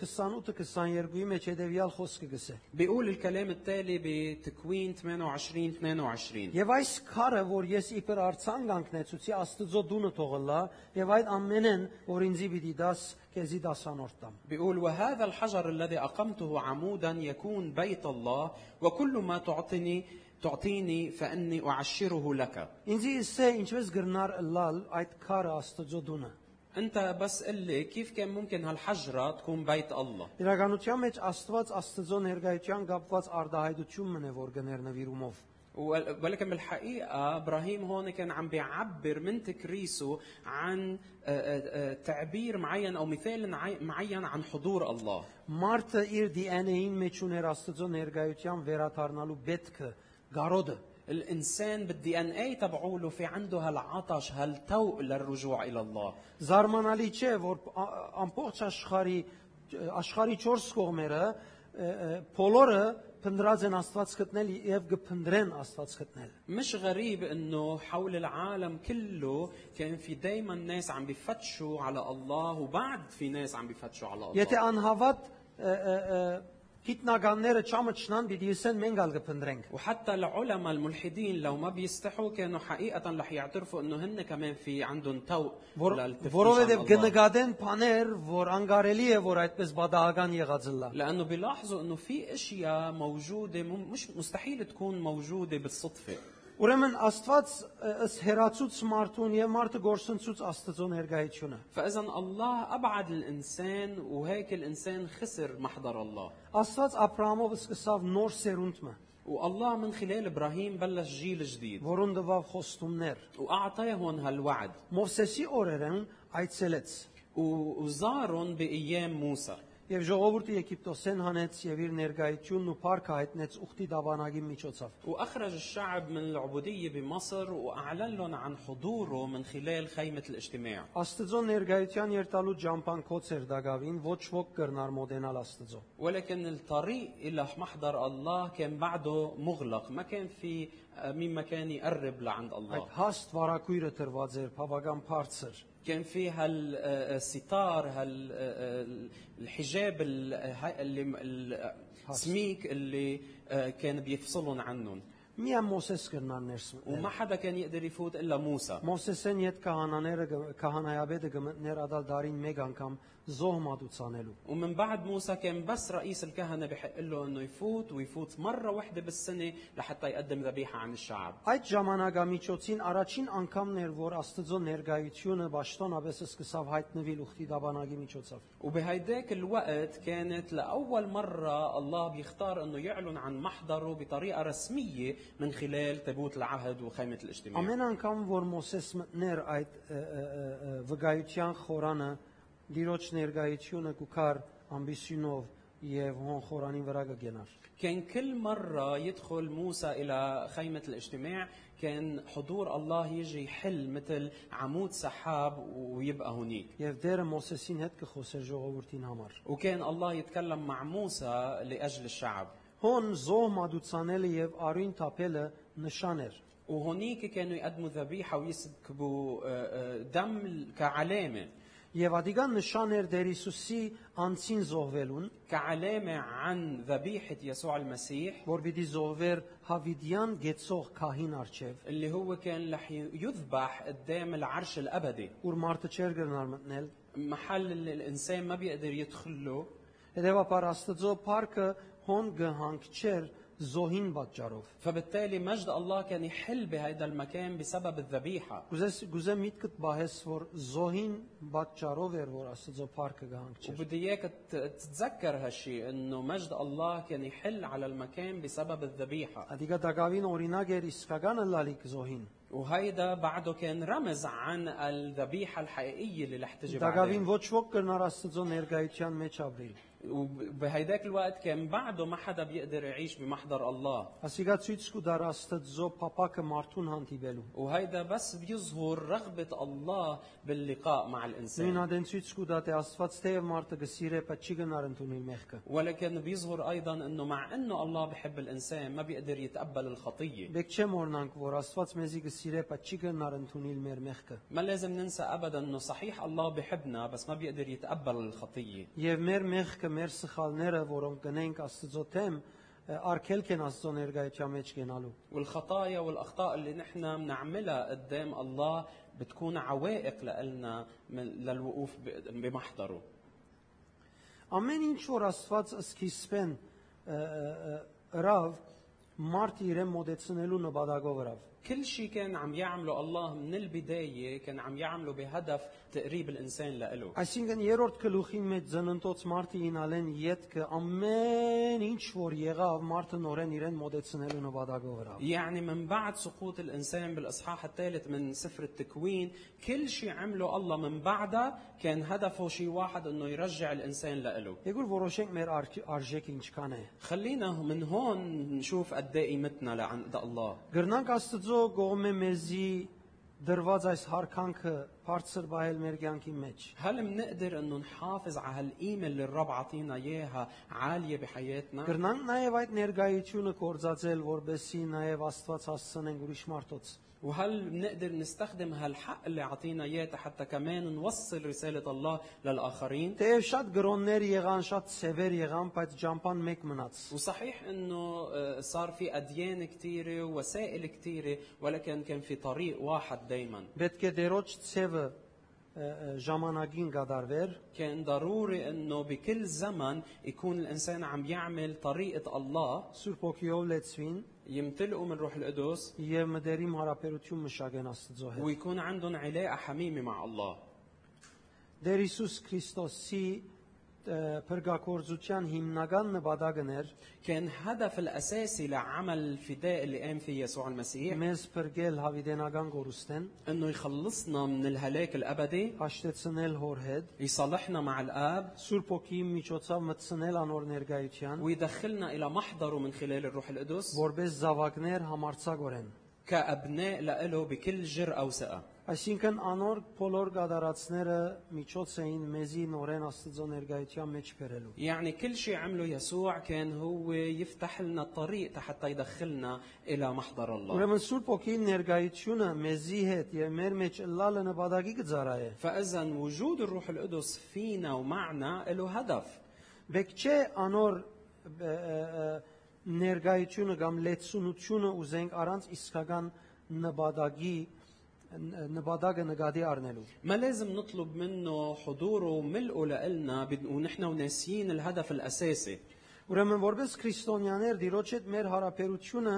S1: 28-22-ի մեջ հետևյալ խոսքը գսե։
S2: بيقول الكلام التالي بتكوين 28 22
S1: Եվ այս քարը, որ ես իբր արցան կանգնեցուցի Աստծո դունը թողլա, եւ այդ ամենեն, որ ինձի պիտի դաս, քեզի դասանորդ տամ։
S2: بيقول وهذا الحجر الذي أقمته عمودا يكون بيت الله وكل ما تعطيني تعطيني فإني أعشره لك
S1: Ինձի իսե ինչպես գրնար լալ այդ քարը Աստծո դունը։
S2: أنت بس قل لي كيف كان ممكن هالحجرة تكون بيت الله
S1: Իրականության մեջ Աստված Աստծո ներկայության կապված արդահայտություն մնե որ գներնվիրումով։
S2: ول- ولكن بالحقيقة إبراهيم هون كان عم بيعبر من تكريسه عن آه، آه، آه، تعبير معين أو مثال عي- معين عن حضور الله
S1: Մարդը իր DNA-ին մեջ ուներ Աստծո ներկայության վերաթարնալու բետքը, գարոդը։
S2: الإنسان بالدي إن إي تبعوله في عنده هالعطش هالتوق للرجوع إلى الله
S1: Զարմանալի չէ, որ ա- ամբողջ աշխարհի աշխարհի 4 կողմերը ը, ը, բոլորը փնդրած են Աստված գտնել եւ գփնդրեն Աստված գտնել։
S2: مش غريب انه حول العالم كله كان في دايما ناس عم بفتشوا على الله وبعد في ناس عم بفتشوا على الله
S1: Եթե անհավատ ը, ը, ը, գիտնականները չամճնան, պիտի հիսեն մենք ալ գփնդրենք։
S2: وحتى العلماء الملحدين لو ما بيستحوا كانوا حقيقة رح يعترفوا انه հن كمان في عندهم توق
S1: Որ,
S2: للتفتيش عن
S1: որովհետև
S2: الله.
S1: գնկադեն բաներ, որ անկարելի է որ այդպես բադահական եղածը լա։
S2: لانه بيلاحظوا انه في اشياء موجودة مم- مش مستحيل تكون موجودة بالصدفة
S1: Ուրեմն Աստված ը, ըս հերացուց մարդուն եւ մարդը գործընծուց Աստծո ներկայությունը։
S2: فاذا الله ابعد الانسان وهيك الانسان خسر محضر الله
S1: Աստված Աբրահամով սկսավ նոր սերունդը,
S2: والله من خلال ابراهيم بلش جيل جديد
S1: որոն տվավ խոստումներ։
S2: واعطاهم هالوعد
S1: Մովսեսի օրերն այցելեց
S2: و- وزارهم بايام موسى
S1: եւ ժողովուրդը Եգիպտոսեն հանեց եւ իր ներկայությունն ու փառքը հայտնեց ուխտի դավանագի միջոցով։
S2: واخرج الشعب من العبوديه بمصر واعلن لهم عن حضوره من خلال خيمه الاجتماع
S1: Աստծո ներկայության երտալու ջամփան կոչեր դակավին ոչ ոք կրնար մոդենալ Աստծո։
S2: ولكن الطريق الى محضر الله كان بعده مغلق ما كان في آه، مين ما كان يقرب لعند الله
S1: Այդ հաստ վարակույրը դրված էր բավական բարձր։
S2: كان في آه، هالستار آه، هالحجاب اللي ال- السميك اللي آه، كان بيفصلهم عنهم
S1: Միա Մոսես կրնար ներս։
S2: وما حدا كان يقدر يفوت الا موسى
S1: Մոսեսեն իդ քահանաները գ- քահանայաբեդը գմներ ադալ դարին մեկ անգամ զոհ մատուցանելու։
S2: ومن بعد موسى كان بس رئيس الكهنه بحق له انه يفوت ويفوت مره واحده بالسنه لحتى يقدم ذبيحه عن الشعب
S1: Այդ ժամանակամիջոցին առաջին անգամն էր, որ Աստծո ներկայությունը ճշտոնապես սկսավ հայտնվել ուխտի դաբանագի միջոցով։
S2: وبهيداك الوقت كانت لاول مره الله بيختار انه يعلن عن محضره بطريقه رسميه من خلال تابوت العهد وخيمه الاجتماع
S1: Ամեն անգամ, որ Մոսես մտներ այդ ը, ը, ը, ը, վկայության խորանը, Տիրոջ ներկայությունը կուքար ամբիսյունով եւ հոն խորանին վրա կգենար։
S2: كان كل مره يدخل موسى الى خيمه الاجتماع كان حضور الله يجي يحل مثل عمود سحاب ويبقى هنيك
S1: Եվ դերը Մոսեսին հետ կխոսեր ժողովրդին համար։
S2: وكان الله يتكلم مع موسى لاجل الشعب
S1: Հոն զոհ մատուցանելը եւ արույն թափելը նշան էր։
S2: وهونيك كانوا يقدموا ذبيحة ويسكبوا آه، آه، دم كعلامة
S1: Եվ ադիգան նշան էր Տեր Հիսուսի անցին զոհվելուն,
S2: كعلامة عن ذبيحة يسوع المسيح
S1: որ պիտի զոհվեր Հավիդյան գեցող քահին արչև,
S2: اللي هو كان رح يذبح قدام العرش الأبدي
S1: ուր մարդը չեր գնար մտնել։
S2: محل اللي الإنسان ما بيقدر يدخله
S1: Հետևաբար Աստծո парքը հոն գհանքչեր զոհին պատճառով։
S2: فبالتالي مجد الله كان يحل بهذا المكان بسبب الذبيحة
S1: Գուզես գուզե միտքդ բահես, որ զոհին պատճառով էր, որ Աստծո парքը գհանքչեր։
S2: وبدي اياك تت- تتذكر هالشيء انه مجد الله كان يحل على المكان بسبب الذبيحه
S1: Ադիգա Դագավին օրինակ էր իսկականը լալիկ զոհին։
S2: وهيدا بعده كان رمز عن الذبيحة الحقيقية اللي رح تجي
S1: Դագավին
S2: بعدين
S1: ոչ ոք կրնար Աստծո ներկայության մեջ ապրիլ։
S2: وبهيداك الوقت كان بعده ما حدا بيقدر يعيش بمحضر الله
S1: Ասիգա ցույց կդար Աստծո փապակը մարդուն հանդիպելու։
S2: وهيدا بس بيظهر رغبة الله باللقاء مع
S1: Նույն
S2: الإنسان
S1: ադենցից կուտա թե Աստված թեև մարդը գսիրե, բայց չի գնար ընդունի մեղքը։
S2: ولكن بيظهر أيضا أنه مع أنه الله بحب الإنسان ما بيقدر يتقبل الخطية
S1: Մեկ չեմ օրնանք, որ Աստված մեզի գսիրե, բայց չի գնար ընդունի մեր մեղքը։
S2: ما لازم ننسى أبدا أنه صحيح الله بحبنا بس ما بيقدر يتقبل الخطية
S1: Եվ մեր մեղքը, մեր սխալները, որոնք գնենք Աստծո թեմ, արկելք են Աստծո ներկայության մեջ գնալու։
S2: والخطايا والاخطاء اللي نحن بنعملها قدام الله بتكون عوائق لنا من للوقوف ب- بمحضره
S1: Ամեն ինչ որ Աստված սկիզբեն ըրավ, մարդը իրեն մոդեցնելու նպատակով ըրավ։
S2: كل شيء كان عم يعمله الله من البداية كان عم يعمله بهدف تقريب الإنسان لإله
S1: Այսինքն երրորդ գլուխի մեջ ծննդոց մարդը ինալեն յետքը ամեն ինչ որ եղավ մարդը նորեն իրեն մոտեցնելու նվադագով հրավ։
S2: يعني من بعد سقوط الإنسان بالإصحاح الثالث من سفر التكوين كل شيء عمله الله من بعدها كان هدفه شيء واحد أنه يرجع الإنسان لإله
S1: Եգուր որոշենք մեր արժ- արժեքը ինչքան է։
S2: خلينا من هون نشوف قد ايه قيمتنا لعند الله
S1: Գրնանք Աստծո կողմէ մեզի դրված այս հարկանքը բարձր բայել մեր կյանքի մեջ։
S2: هل منقدر انه نحافظ على هالقيمة اللي الرب عطينا اياها عالية بحياتنا؟
S1: Գրնանք նաև այդ ներկայությունը կործածել, որբեսի նաև Աստված հասցնենք ուրիշ մարդոց։
S2: وهل منقدر نستخدم هالحق اللي عطينا اياه حتى كمان نوصل رسالة الله للآخرين؟
S1: Թեև շատ գրոններ եղան, շատ ծևեր եղան, բայց ճամփան մեկ մնաց։
S2: وصحيح انه آه، صار في اديان كثيره ووسائل كثيره ولكن كان في طريق واحد دائما
S1: Պետք է դերոջ ծևը ը, ը, ժամանակին գադարվեր,
S2: كان ضروري انه بكل زمن يكون الانسان عم يعمل طريقه الله
S1: Սուրբ Օքիով լեցվին
S2: يمتلئوا من روح القدس
S1: եւ մդերիմ հարաբերություն մշակեն Աստծո հետ։
S2: ويكون عندهم علاقه حميمه مع الله
S1: Դեր Հիսուս Քրիստոսի ը, փրկակորձության հիմնական նպատակն էր
S2: كان هدف الاساسي لعمل الفداء اللي قام فيه يسوع المسيح
S1: մեզ փրկել հավիտենական գորուստեն,
S2: انه يخلصنا من الهلاك الابدي
S1: հաշտեցնել հոր հետ,
S2: يصالحنا مع الاب
S1: Սուրբ Օքիի միջոցով մտցնել անոր ներկայության,
S2: ويدخلنا الى محضره من خلال الروح القدس
S1: որբես զավակներ համարցակորեն։
S2: كابناء له بكل جرأه وثقه
S1: Այսինքն անոր բոլոր գադարածները միջոց էին մեզի նորեն Աստծո ներկայության մեջ բերելու։
S2: يعني كل شيء عمله يسوع كان هو يفتح لنا الطريق حتى يدخلنا الى محضر الله
S1: Ուրեմն Սուրբ Օքիի ներկայությունը մեզի հետ եւ մեր մեջ լալը նպատակի գծարա է։
S2: فاذا وجود الروح القدس فينا ومعنا له هدف
S1: Բեք չէ անոր ը, ը, ը, ներկայությունը կամ լեցունությունը ուզենք առանց իսկական նպատակի ն- նպատակը նկատի առնելու։
S2: ما لازم نطلب منه حضوره وملئه لنا ونحن وناسيين الهدف الاساسي
S1: Ուրեմն որպես քրիստոնյաներ դիրոջ հետ մեր հարաբերությունը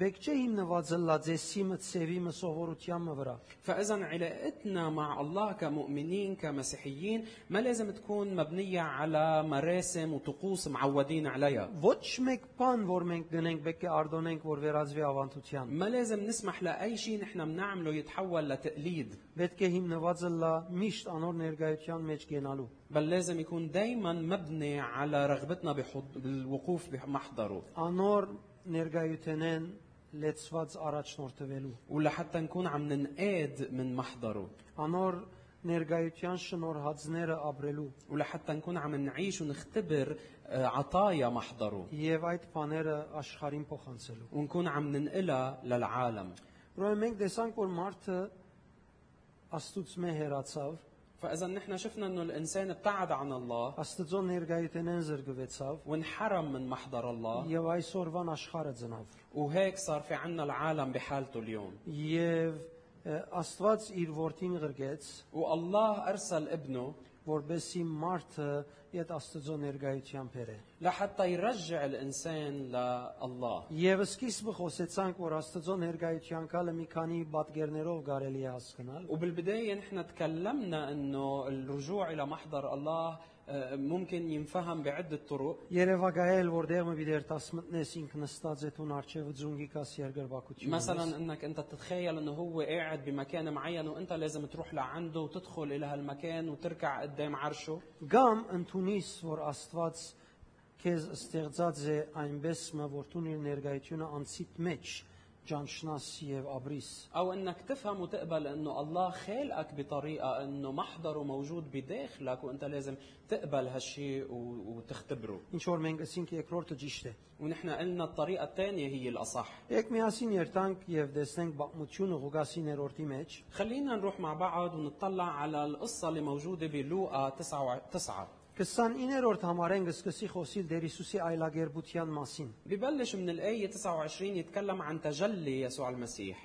S1: բեք չէ հիմնված լաձեսի մծեվի մսովորությամը վրա։
S2: فاذا علاقتنا مع الله كمؤمنين كمسيحيين ما لازم تكون مبنيه على مراسم وطقوس معودين عليها
S1: Ոչ մեկ բան, որ մենք գնենք, պետք է արդոնենք, որ վերածվի ավանդության։
S2: ما لازم نسمح لاي شيء نحن بنعمله يتحول لتقليد
S1: Պետք է հիմնված լա միշտ անոր ներկայության մեջ գենալու։
S2: بل لازم يكون دائما مبني على رغبتنا بحض... بالوقوف بمحضره
S1: անոր ներգայութենեն լեցված առաջնորդվելու
S2: ولحتى نكون عم ننقاد من محضره
S1: անոր ներգայության շնորհածները ապրելու
S2: ولحتى نكون عم نعيش ونختبر آه، عطايا محضره
S1: եւ այդ բաները աշխարհին փոխանցելու
S2: ونكون عم ننقلها للعالم
S1: ուրեմն մենք տեսանք որ մարդը աստուծմե հերացավ
S2: فاذا نحن شفنا انه الانسان ابتعد عن الله
S1: աստծո ներգայութենեն զրկվեցավ
S2: وانحرم من محضر الله
S1: եւ այսօրվան աշխարհը ծնավ
S2: وهيك صار في عنا العالم بحالته اليوم
S1: եւ ը, աստված իր որդին ղրգեց
S2: والله ارسل ابنه
S1: որբեսի մարդը այդ աստծո ներգայությամբ բերե
S2: لحتى يرجع الانسان لله
S1: Եվ սկիզբը խոսեցանք, որ Աստծո ներկայության կալը մի քանի պատկերներով կարելի է հասկանալ։
S2: وبالبداية نحن تكلمنا أنه الرجوع إلى محضر الله آه، ممكن ينفهم بعدة طرق
S1: Երևակայել, որտեղ մի դեր 10 մտնես ինքն նստած է տուն արջևը ձունգի կաս
S2: مثلا
S1: երկրվակություն։
S2: أنك أنت تتخيل أنه هو قاعد بمكان معين وأنت لازم تروح لعنده وتدخل إلى هالمكان وتركع قدام عرشه
S1: Գամ ընդունիս, որ Աստված քեզ ստեղծած է այնպես, մը որ տուն իր ներկայությունը անցիդ մեջ ճանչնաս եւ ապրիս։
S2: أو أنك تفهم وتقبل أنه الله خالقك بطريقة أنه محضره موجود بداخلك وأنت لازم تقبل هالشيء و- وتختبره
S1: Ինչ որ մենք ասինք երկրորդը ճիշտ է։
S2: ونحن قلنا الطريقة الثانية هي الأصح
S1: Եկ միասին երթանք եւ տեսնենք բացմությունը Ղուկասի 3-րդի մեջ։
S2: خلينا نروح مع بعض ونطلع على القصة اللي موجودة بلوقا 9 9
S1: 29-րդ համարեն կսկսի խոսիլ Դեր Հիսուսի այլագերբության մասին։
S2: ببلش من الآية 29 يتكلم عن تجلي يسوع المسيح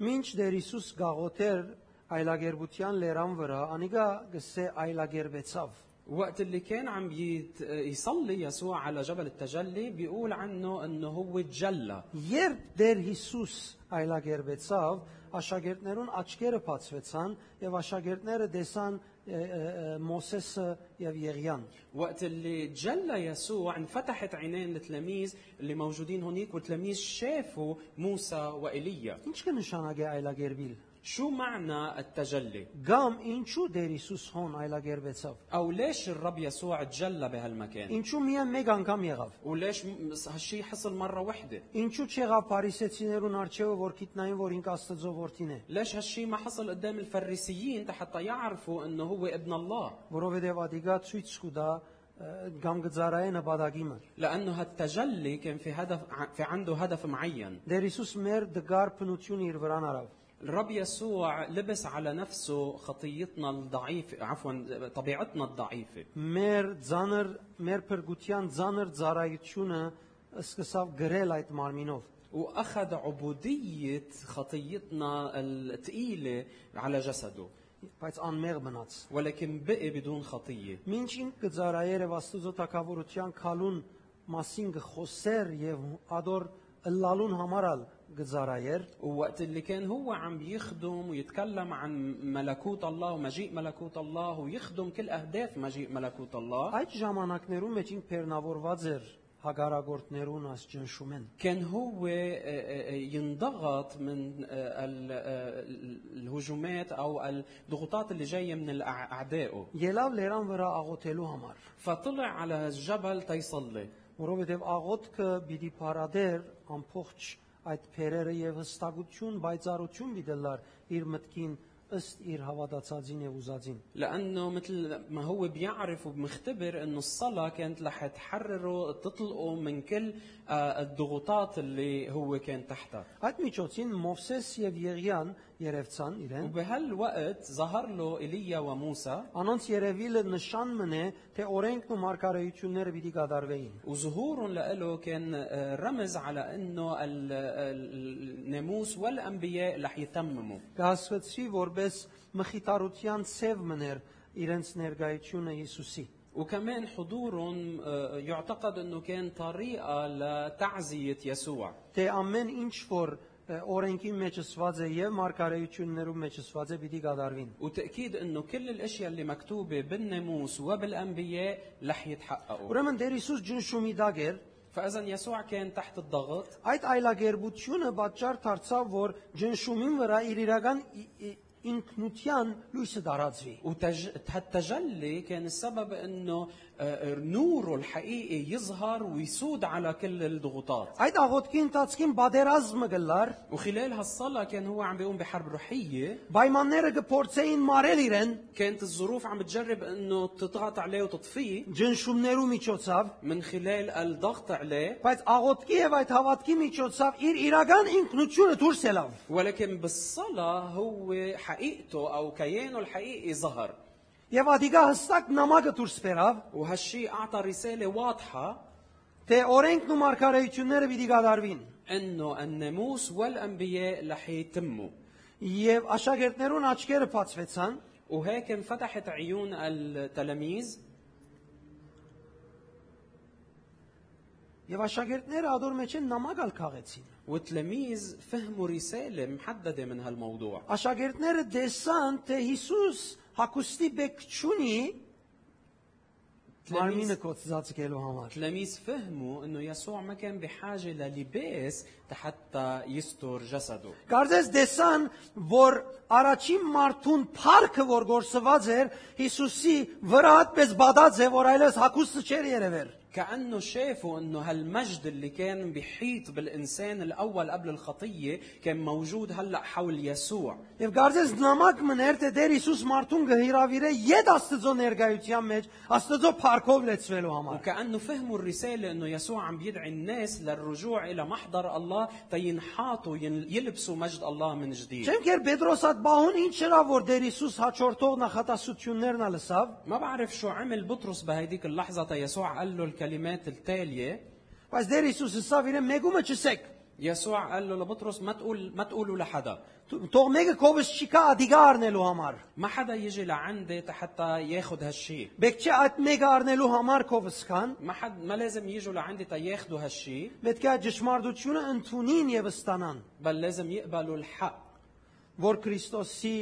S1: Մինչ Դեր Հիսուս գաղութեր այլագերբության լերան վրա, անիկա գսե այլագերբեցավ։
S2: وقت اللي كان عم يت- يصلي يسوع على جبل التجلي بيقول عنه انه هو تجلى
S1: Երբ Տեր Հիսուս այլակերպեցավ, աշակերտներուն աչքերը բացվեցան եւ աշակերտները տեսան ե, ե, ե, Մոսեսը եւ Եղիան։
S2: وقت اللي تجلى يسوع انفتحت عينين التلاميذ اللي موجودين هنيك والتلاميذ شافوا موسى وإيليا
S1: Ինչ կնշանակի այլակերպիլ։
S2: شو معنى التجلي
S1: Գամ ինչու Տեր Հիսուս հոն այլակերպեցավ։
S2: او ليش الرب يسوع تجلى بهالمكان
S1: Ինչու միայն մեկ անգամ եղավ։
S2: وليش م- هالشي حصل مرة واحدة
S1: Ինչու չեղավ Փարիսեցիներուն արջևը, որ գիտնային, որ ինք Աստծո որդին է։
S2: ليش هالشي ما حصل قدام الفريسيين حتى يعرفوا انه هو ابن الله
S1: Որովհետեւ ադիգա ցույց կտա ը, գամ գծարայի նպատակի մը։
S2: لانه هالتجلي كان في هدف ع- في عنده هدف معين
S1: Տեր Հիսուս մեր դգար փնությունը իր վրան արավ։
S2: الرب يسوع لبس على نفسه خطيتنا الضعيفة عفوا طبيعتنا الضعيفة
S1: մեր ցաներ մեր փրկության ցաներ ծառայությունը սկսավ գրել այդ մարմինով
S2: واخذ عبوديه خطيتنا الثقيله على جسده
S1: բայց անմեղ մնաց
S2: ولكن بقي بدون خطيه
S1: ինչ ինքը ծառայեր եւ աստուծո թակավորության քալուն մասին գխոսեր եւ ադոր լալուն համարալ գծարայեր
S2: ووقت اللي كان هو عم يخدم ويتكلم عن ملكوت الله ومجيء ملكوت الله ويخدم كل اهداف مجيء ملكوت الله
S1: այդ ժամանակներում մեջ ինք բեռնավորված էր հագարագորդներուն աս ճնշում են
S2: كان هو آه، آه، آه، ينضغط من آه، ال- آه، الهجومات او الضغوطات اللي جايه من الأع- اعدائه
S1: ելավ լերան վրա աղոթելու համար
S2: فطلع على الجبل تيصلي
S1: որովհետև աղոտքը պիտի բարադեր ամփոխ այդ փերերը եւ հստակություն բայցարություն դիտելար իր մտքին ըստ իր հավատացածին եւ ուզածին
S2: لانه مثل ما هو بيعرف ومختبر انه الصلاه كانت رح تحرره تطلقه من كل آه، الضغوطات اللي هو كان تحتها
S1: այդ միջոցին մովսես եւ Եղիան երևցան իրեն
S2: وبهالوقت ظهر له ايليا وموسى
S1: անոնց երևիլը նշան մնե թե օրենքն ու մարգարեությունները պիտի կատարվեին
S2: وظهور له كان آه، رمز على انه ال- ال- الناموس والانبياء رح يتمموا
S1: գասվեցի որպես մխիտարության ցև մներ իրենց ներկայությունը Հիսուսի
S2: وكمان حضورهم آه، يعتقد انه كان طريقه لتعزيه يسوع
S1: թե ամեն ինչ որ ը, օրենքի մեջ ըսված է եւ մարգարեություններում մեջ ըսված է պիտի կատարվին
S2: وتأكيد أنه كل الأشياء اللي مكتوبة بالناموس وبالأنبياء رح يتحققوا
S1: Ուրեմն Տեր Հիսուս ջնշումի դագեր
S2: فإذا يسوع كان تحت الضغط
S1: այդ այլագերբությունը պատճառ դարձավ, որ ջնշումին վրա իր իրական ի- ի- ինքնության լույսը դարածվի։
S2: والتجلي كان السبب أنه آه، نوره الحقيقي يظهر ويسود على كل الضغوطات
S1: Այդ աղոթքի ընթացքին բادرազմը գլար,
S2: وخلال هالصلاة كان هو عم بيقوم بحرب روحية
S1: պայմանները կփորձեին մարել իրեն
S2: كانت الظروف عم بتجرب أنه تضغط عليه وتطفيه
S1: ջնշումներու միջոցով,
S2: من خلال الضغط عليه
S1: բայց աղոթքի եւ այդ հավատքի միջոցով իր իրական ինքնությունը դուրս ելավ։
S2: ولكن بالصلاة هو حقيقته أو كيانه الحقيقي ظهر
S1: Եվ ադիգա հստակ նամակը դուրս բերավ,
S2: وهالشيء اعطى رساله واضحه
S1: թե օրենքն ու մարգարեությունները պիտի կատարվին։
S2: انه الناموس والانبياء رح يتموا
S1: Եվ աշակերտներուն աչքերը բացվեցան
S2: وهيك انفتحت عيون التلاميذ
S1: Եվ աշակերտները ադոր մեջ են նամակալ քաղեցին։
S2: والتلاميذ فهموا رساله محدده من هالموضوع
S1: Աշակերտները տեսան, թե Հիսուս հակոստի բեկ չունի մարմինը կոծած գելու համար։
S2: التلاميذ فهموا انه يسوع ما كان بحاجه للباس حتى يستر جسده
S1: Կարծես տեսան, որ առաջին մարդուն փառքը, որ գործված էր Հիսուսի վրա այդպես բադած է, որ այլևս հակոստը չէր երևեր։
S2: كانه شافوا انه هالمجد اللي كان بيحيط بالانسان الاول قبل الخطيه كان موجود هلا حول يسوع
S1: Եվ կարծես նամակ մներ, թե Տեր Հիսուս մարդուն գհիրավիրե յետ Աստծո ներկայության մեջ, Աստծո փառքով լեցվելու համար։
S2: وكأنه فهموا الرسالة أنه يسوع عم بيدعي الناس للرجوع إلى محضر الله تينحاطوا ين- يلبسوا مجد الله من جديد
S1: Չեմ կեր Պետրոս այդ բահուն ինչ էր որ Տեր Հիսուս հաջորդող նախատասություններն ա լսավ,
S2: ما بعرف شو عمل بطرس بهيديك اللحظة تا يسوع قال له الكلمات التالية
S1: բայց Տեր Հիսուսը սավ իրեն մեգումը չսեք։
S2: يسوع قال له لبطرس ما تقول ما تقولوا لحدا
S1: Թող մեկը կովս չկա ադիգա առնելու համար։
S2: ما حدا يجي لعندي حتى ياخذ هالشيء
S1: Պետք չէ այդ մեկը առնելու համար կովս կան։
S2: ما حد ما لازم يجوا لعندي تياخذوا هالشيء
S1: Պետք է այդ ճշմարտությունը ընդունին եւ ստանան,
S2: بل لازم يقبلوا الحق
S1: որ Քրիստոսի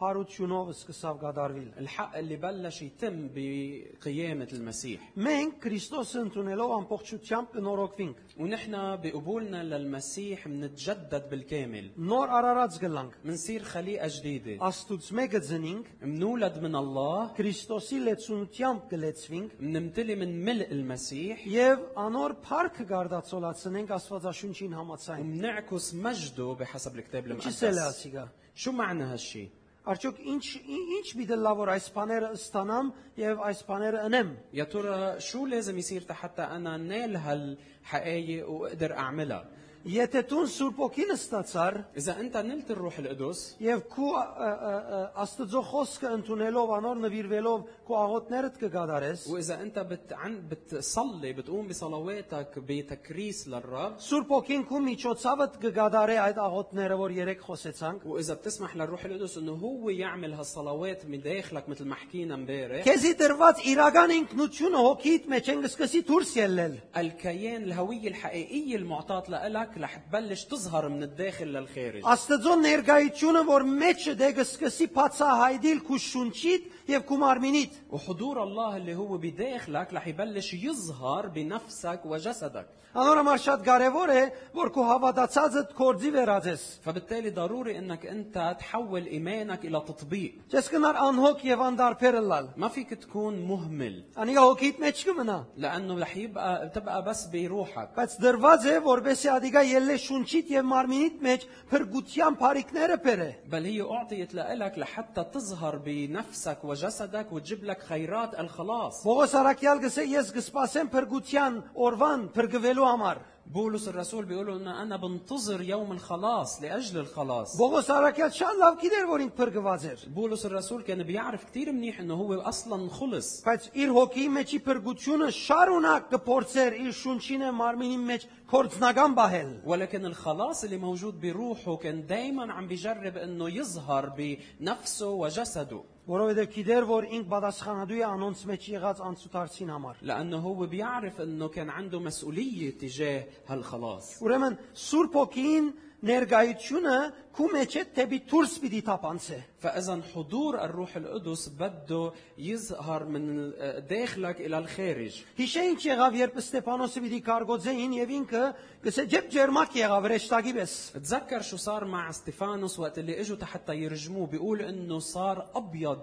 S1: հարությունով սկսավ գադարվել։
S2: الحق اللي بلش يتم بقيامة المسيح
S1: Մենք Քրիստոսը ընդունելով ամբողջությամբ կնորոգվենք։
S2: ونحن بقبولنا للمسيح منتجدد بالكامل
S1: Նոր արարած գլանք։
S2: منصير خليقة جديدة
S1: Աստուծո մեկը ծնինք,
S2: منولد من الله
S1: Քրիստոսի լեցունությամբ կլեցվինք
S2: منمتلي من ملء المسيح
S1: եւ անոր փառքը գարդացոլացնենք Աստվածաշունչին համաձայն։
S2: ومنعكس مجده بحسب الكتاب
S1: Ինչ էլ է
S2: المقدس
S1: ասիգա։
S2: شو معنى هالشي؟
S1: Արդյոք ինչ ի- ինչ միտը լավ որ այս բաները ստանամ եւ այս բաները ընեմ։
S2: يا ترى شو لازم يصير حتى انا نال هالحقائق واقدر اعملها؟
S1: Եթե դու Սուրբ ոգին ստացար
S2: اذا انت نلت الروح القدس
S1: եւ քու ա, ա, ա, ա, Աստծո խոսքը ընդունելով անոր նվիրվելով քու աղոտներդ կգադարես,
S2: واذا انت بت عن بتصلي بتقوم بصلواتك بتكريس للرب
S1: Սուրբ ոգին քու միջոցավդ կգադարե այդ աղոտները, որ երեք խոսեցանք։
S2: واذا بتسمح للروح القدس انه هو يعمل هالصلوات من داخلك مثل ما حكينا امبارح
S1: Քեզի դրված իրական ինքնությունը հոգիդ մեջ են սկսի դուրս ելնել։
S2: الكيان الهويه الحقيقيه المعطاه لك رح تبلش تظهر من الداخل للخارج
S1: Աստծո ներկայությունը, որ մեջը դե դեգը սկսի բացահայտել քու շունչիդ եւ քու մարմինիդ։
S2: وحضور الله اللي هو بداخلك رح يبلش يظهر بنفسك وجسدك
S1: Անոր համար շատ կարևոր է, որ քո հավատացածդ կորձի վերածես։
S2: فبالتالي ضروري انك انت تحول ايمانك الى تطبيق
S1: Չես կնար անհոգ եւ անդարբեր լալ։
S2: ما فيك تكون مهمل
S1: Անիգա հոգիդ մեջ կմնա,
S2: لانه رح يبقى بتبقى بس بروحك
S1: բայց դրված է, որբեսի ադիգա ելլե շունչիդ եւ մարմինիդ մեջ փրկության բարիկները բերե։
S2: بل هي أعطيت لك لحتى تظهر بنفسك وجسدك وتجيب لك خيرات الخلاص
S1: Բողոս Արաքյալ գսե ես կսպասեմ փրկության օրվան փրկվելու համար։
S2: بولس الرسول بيقول إن أنا بنتظر يوم الخلاص لأجل الخلاص
S1: Բողոս Արաքյալ շատ լավ գիտեր, որ ինք փրկված էր,
S2: بولس الرسول كان بيعرف كتير منيح إنه هو أصلا خلص
S1: բայց իր հոգի մեջի փրկությունը շարունակ կփորձեր իր շունչին եւ մարմինի մեջ կորցնական բահել։
S2: ولكن الخلاص اللي موجود بروحه كان دايما عم بيجرب انه يظهر بنفسه وجسده
S1: Որովհետև գիտեր, որ ինք պատասխանատու է անոնց մեջ եղած անցուդարձին համար։
S2: لانه هو بيعرف انه كان عنده مسؤوليه تجاه هالخلاص
S1: Ուրեմն Սուրբ ոգին ներգայությունը քու մեջ է դեպի դուրս պիտի տապանցե։
S2: فاذا حضور الروح القدس بده يظهر من داخلك الى الخارج
S1: Հիշե ինչ եղավ, երբ Ստեփանոսը պիտի կարգոձեին եւ ինքը գսե ջեփ ջերմակ եղավ ռեշտագի պես։
S2: تذكر شو صار مع استيفانوس وقت اللي اجوا حتى يرجموه بيقول انه صار ابيض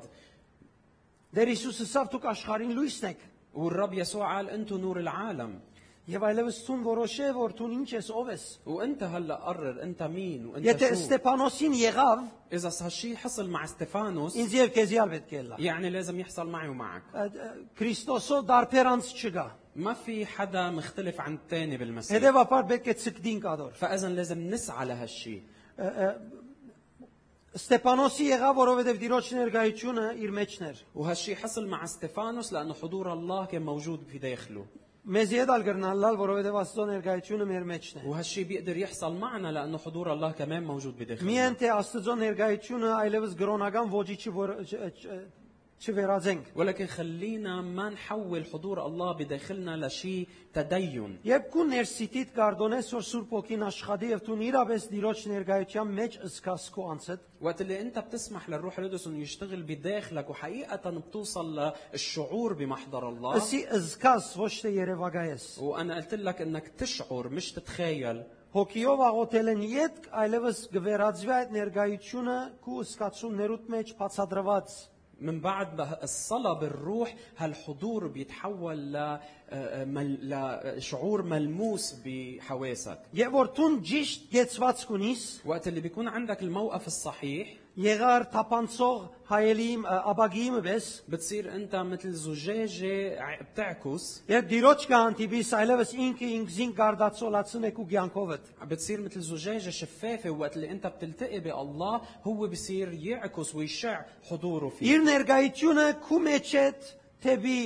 S1: Դեր Հիսուսը ասավ՝ դուք աշխարհին լույսն եք։
S2: والرب يسوع قال انتم نور العالم
S1: Եվ այլևս ցուն որոշե, որ դու ինչ ես, ով ես։
S2: وانت هلا قرر انت مين وانت
S1: Եթե
S2: شو
S1: Ստեփանոսին եղավ,
S2: اذا هالشيء حصل مع استيفانوس
S1: ինձ եւ քեզի ալ պետք է լա։
S2: يعني لازم يحصل معي ومعك
S1: Այդ, ա, Քրիստոսո դարբերանց չկա։
S2: ما في حدا مختلف عن الثاني بالمسيح
S1: Հետևաբար պետք է ցկդին կադոր։
S2: فاذا لازم نسعى لهالشيء
S1: Ստեփանոսի եղավ, որովհետև Տիրոջ ներկայությունը իր մեջն էր։
S2: وهالشيء حصل مع استيفانوس لانه حضور الله كان موجود في داخله
S1: Մեզ եդալ գրնալալ, որովհետև Աստծո ներկայությունը մեր մեջն է։
S2: وهالشيء بيقدر يحصل معنا لانه حضور الله كمان موجود بداخلنا
S1: Միայն թե Աստծո ներկայությունը այլևս գրոնական ոճի չի որ չ- չ- չվերածենք։
S2: ولكن خلينا ما نحول حضور الله بداخلنا لشيء تدين
S1: Երբ քու ներսիտիդ կարդոնես որ Սուրբ ոգին աշխատի եւ դու իրապես Տիրոջ ներկայության մեջ սկաս քո անցդ,
S2: وقت اللي انت بتسمح للروح القدس انه يشتغل بداخلك وحقيقه بتوصل للشعور بمحضر الله
S1: ասի սկաս ոչ թե երևակայես։
S2: وانا قلت لك انك تشعر مش تتخيل
S1: Հոգիով աղոթել են յետք, այլևս գվերածվի այդ ներկայությունը քու սկացումներուդ մեջ բացադրված։
S2: من بعد بها- الصلاة بالروح هالحضور بيتحول ل- آه، مل- لشعور ملموس بحواسك
S1: Եվ որ դու ճիշտ գեցված կունիս,
S2: وقت اللي بيكون عندك الموقف الصحيح
S1: եղար տապանցող հայելի աբագիմ վես,
S2: بتصير انت مثل زجاجة ع- بتعكس
S1: եւ դիրոջ կանտիպիս այլևս ինքը ինքզին կարդացոլացնեք ու ցանկովդ։
S2: بتصير مثل زجاجة شفافة وقت اللي انت بتلتقي بالله هو بصير يعكس ويشع حضوره فيك
S1: Իր ներկայությունը քու մեջեդ թեբի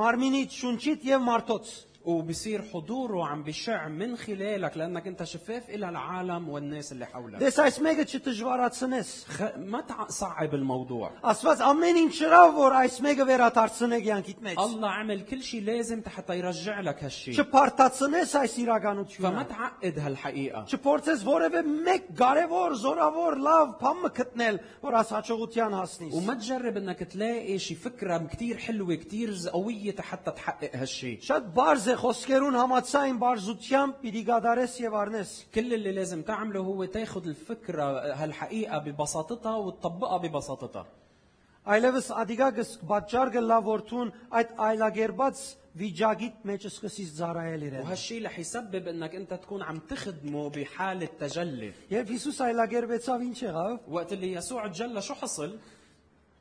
S1: մարմինիդ շունչիդ եւ մարտոց։
S2: وبصير حضوره عم بشع من خلالك لانك انت شفاف الى العالم والناس اللي حولك
S1: Դես այս մեկը չդժվարացնես։
S2: خ- ما تصعب الموضوع
S1: Աստված ամեն ինչ շրավ որ այս մեկը վերադարձնե կյանքիդ մեջ։
S2: الله عمل كل شيء لازم حتى يرجع لك هالشيء
S1: Չփարտացնես այս
S2: فما
S1: իրականությունը։
S2: تعقد هالحقيقه
S1: Չփորձես որևէ մեկ կարևոր, զորավոր, լավ բանը գտնել, որ աս հաջողության հասնես։
S2: وما تجرب انك تلاقي شي فكره كتير حلوه كتير قويه حتى تحقق هالشيء
S1: Շատ բարձ է խոսքերուն համացայն բարձությամբ պիտի գադարես եւ առնես։
S2: كل اللي لازم تعمله هو تاخذ الفكره هالحقيقه ببساطتها وتطبقها ببساطتها
S1: Այլևս ադիգագս բաճարգը լավ որդուն այդ այլագերբած վիճակի մեջ սկսից ծառայել իրեն։
S2: وهالشيء رح يسبب انك انت تكون عم تخدمه بحاله تجلي
S1: Երբ Հիսուս այլագերբեցավ ինչ եղավ։
S2: وقت اللي يسوع تجلى شو حصل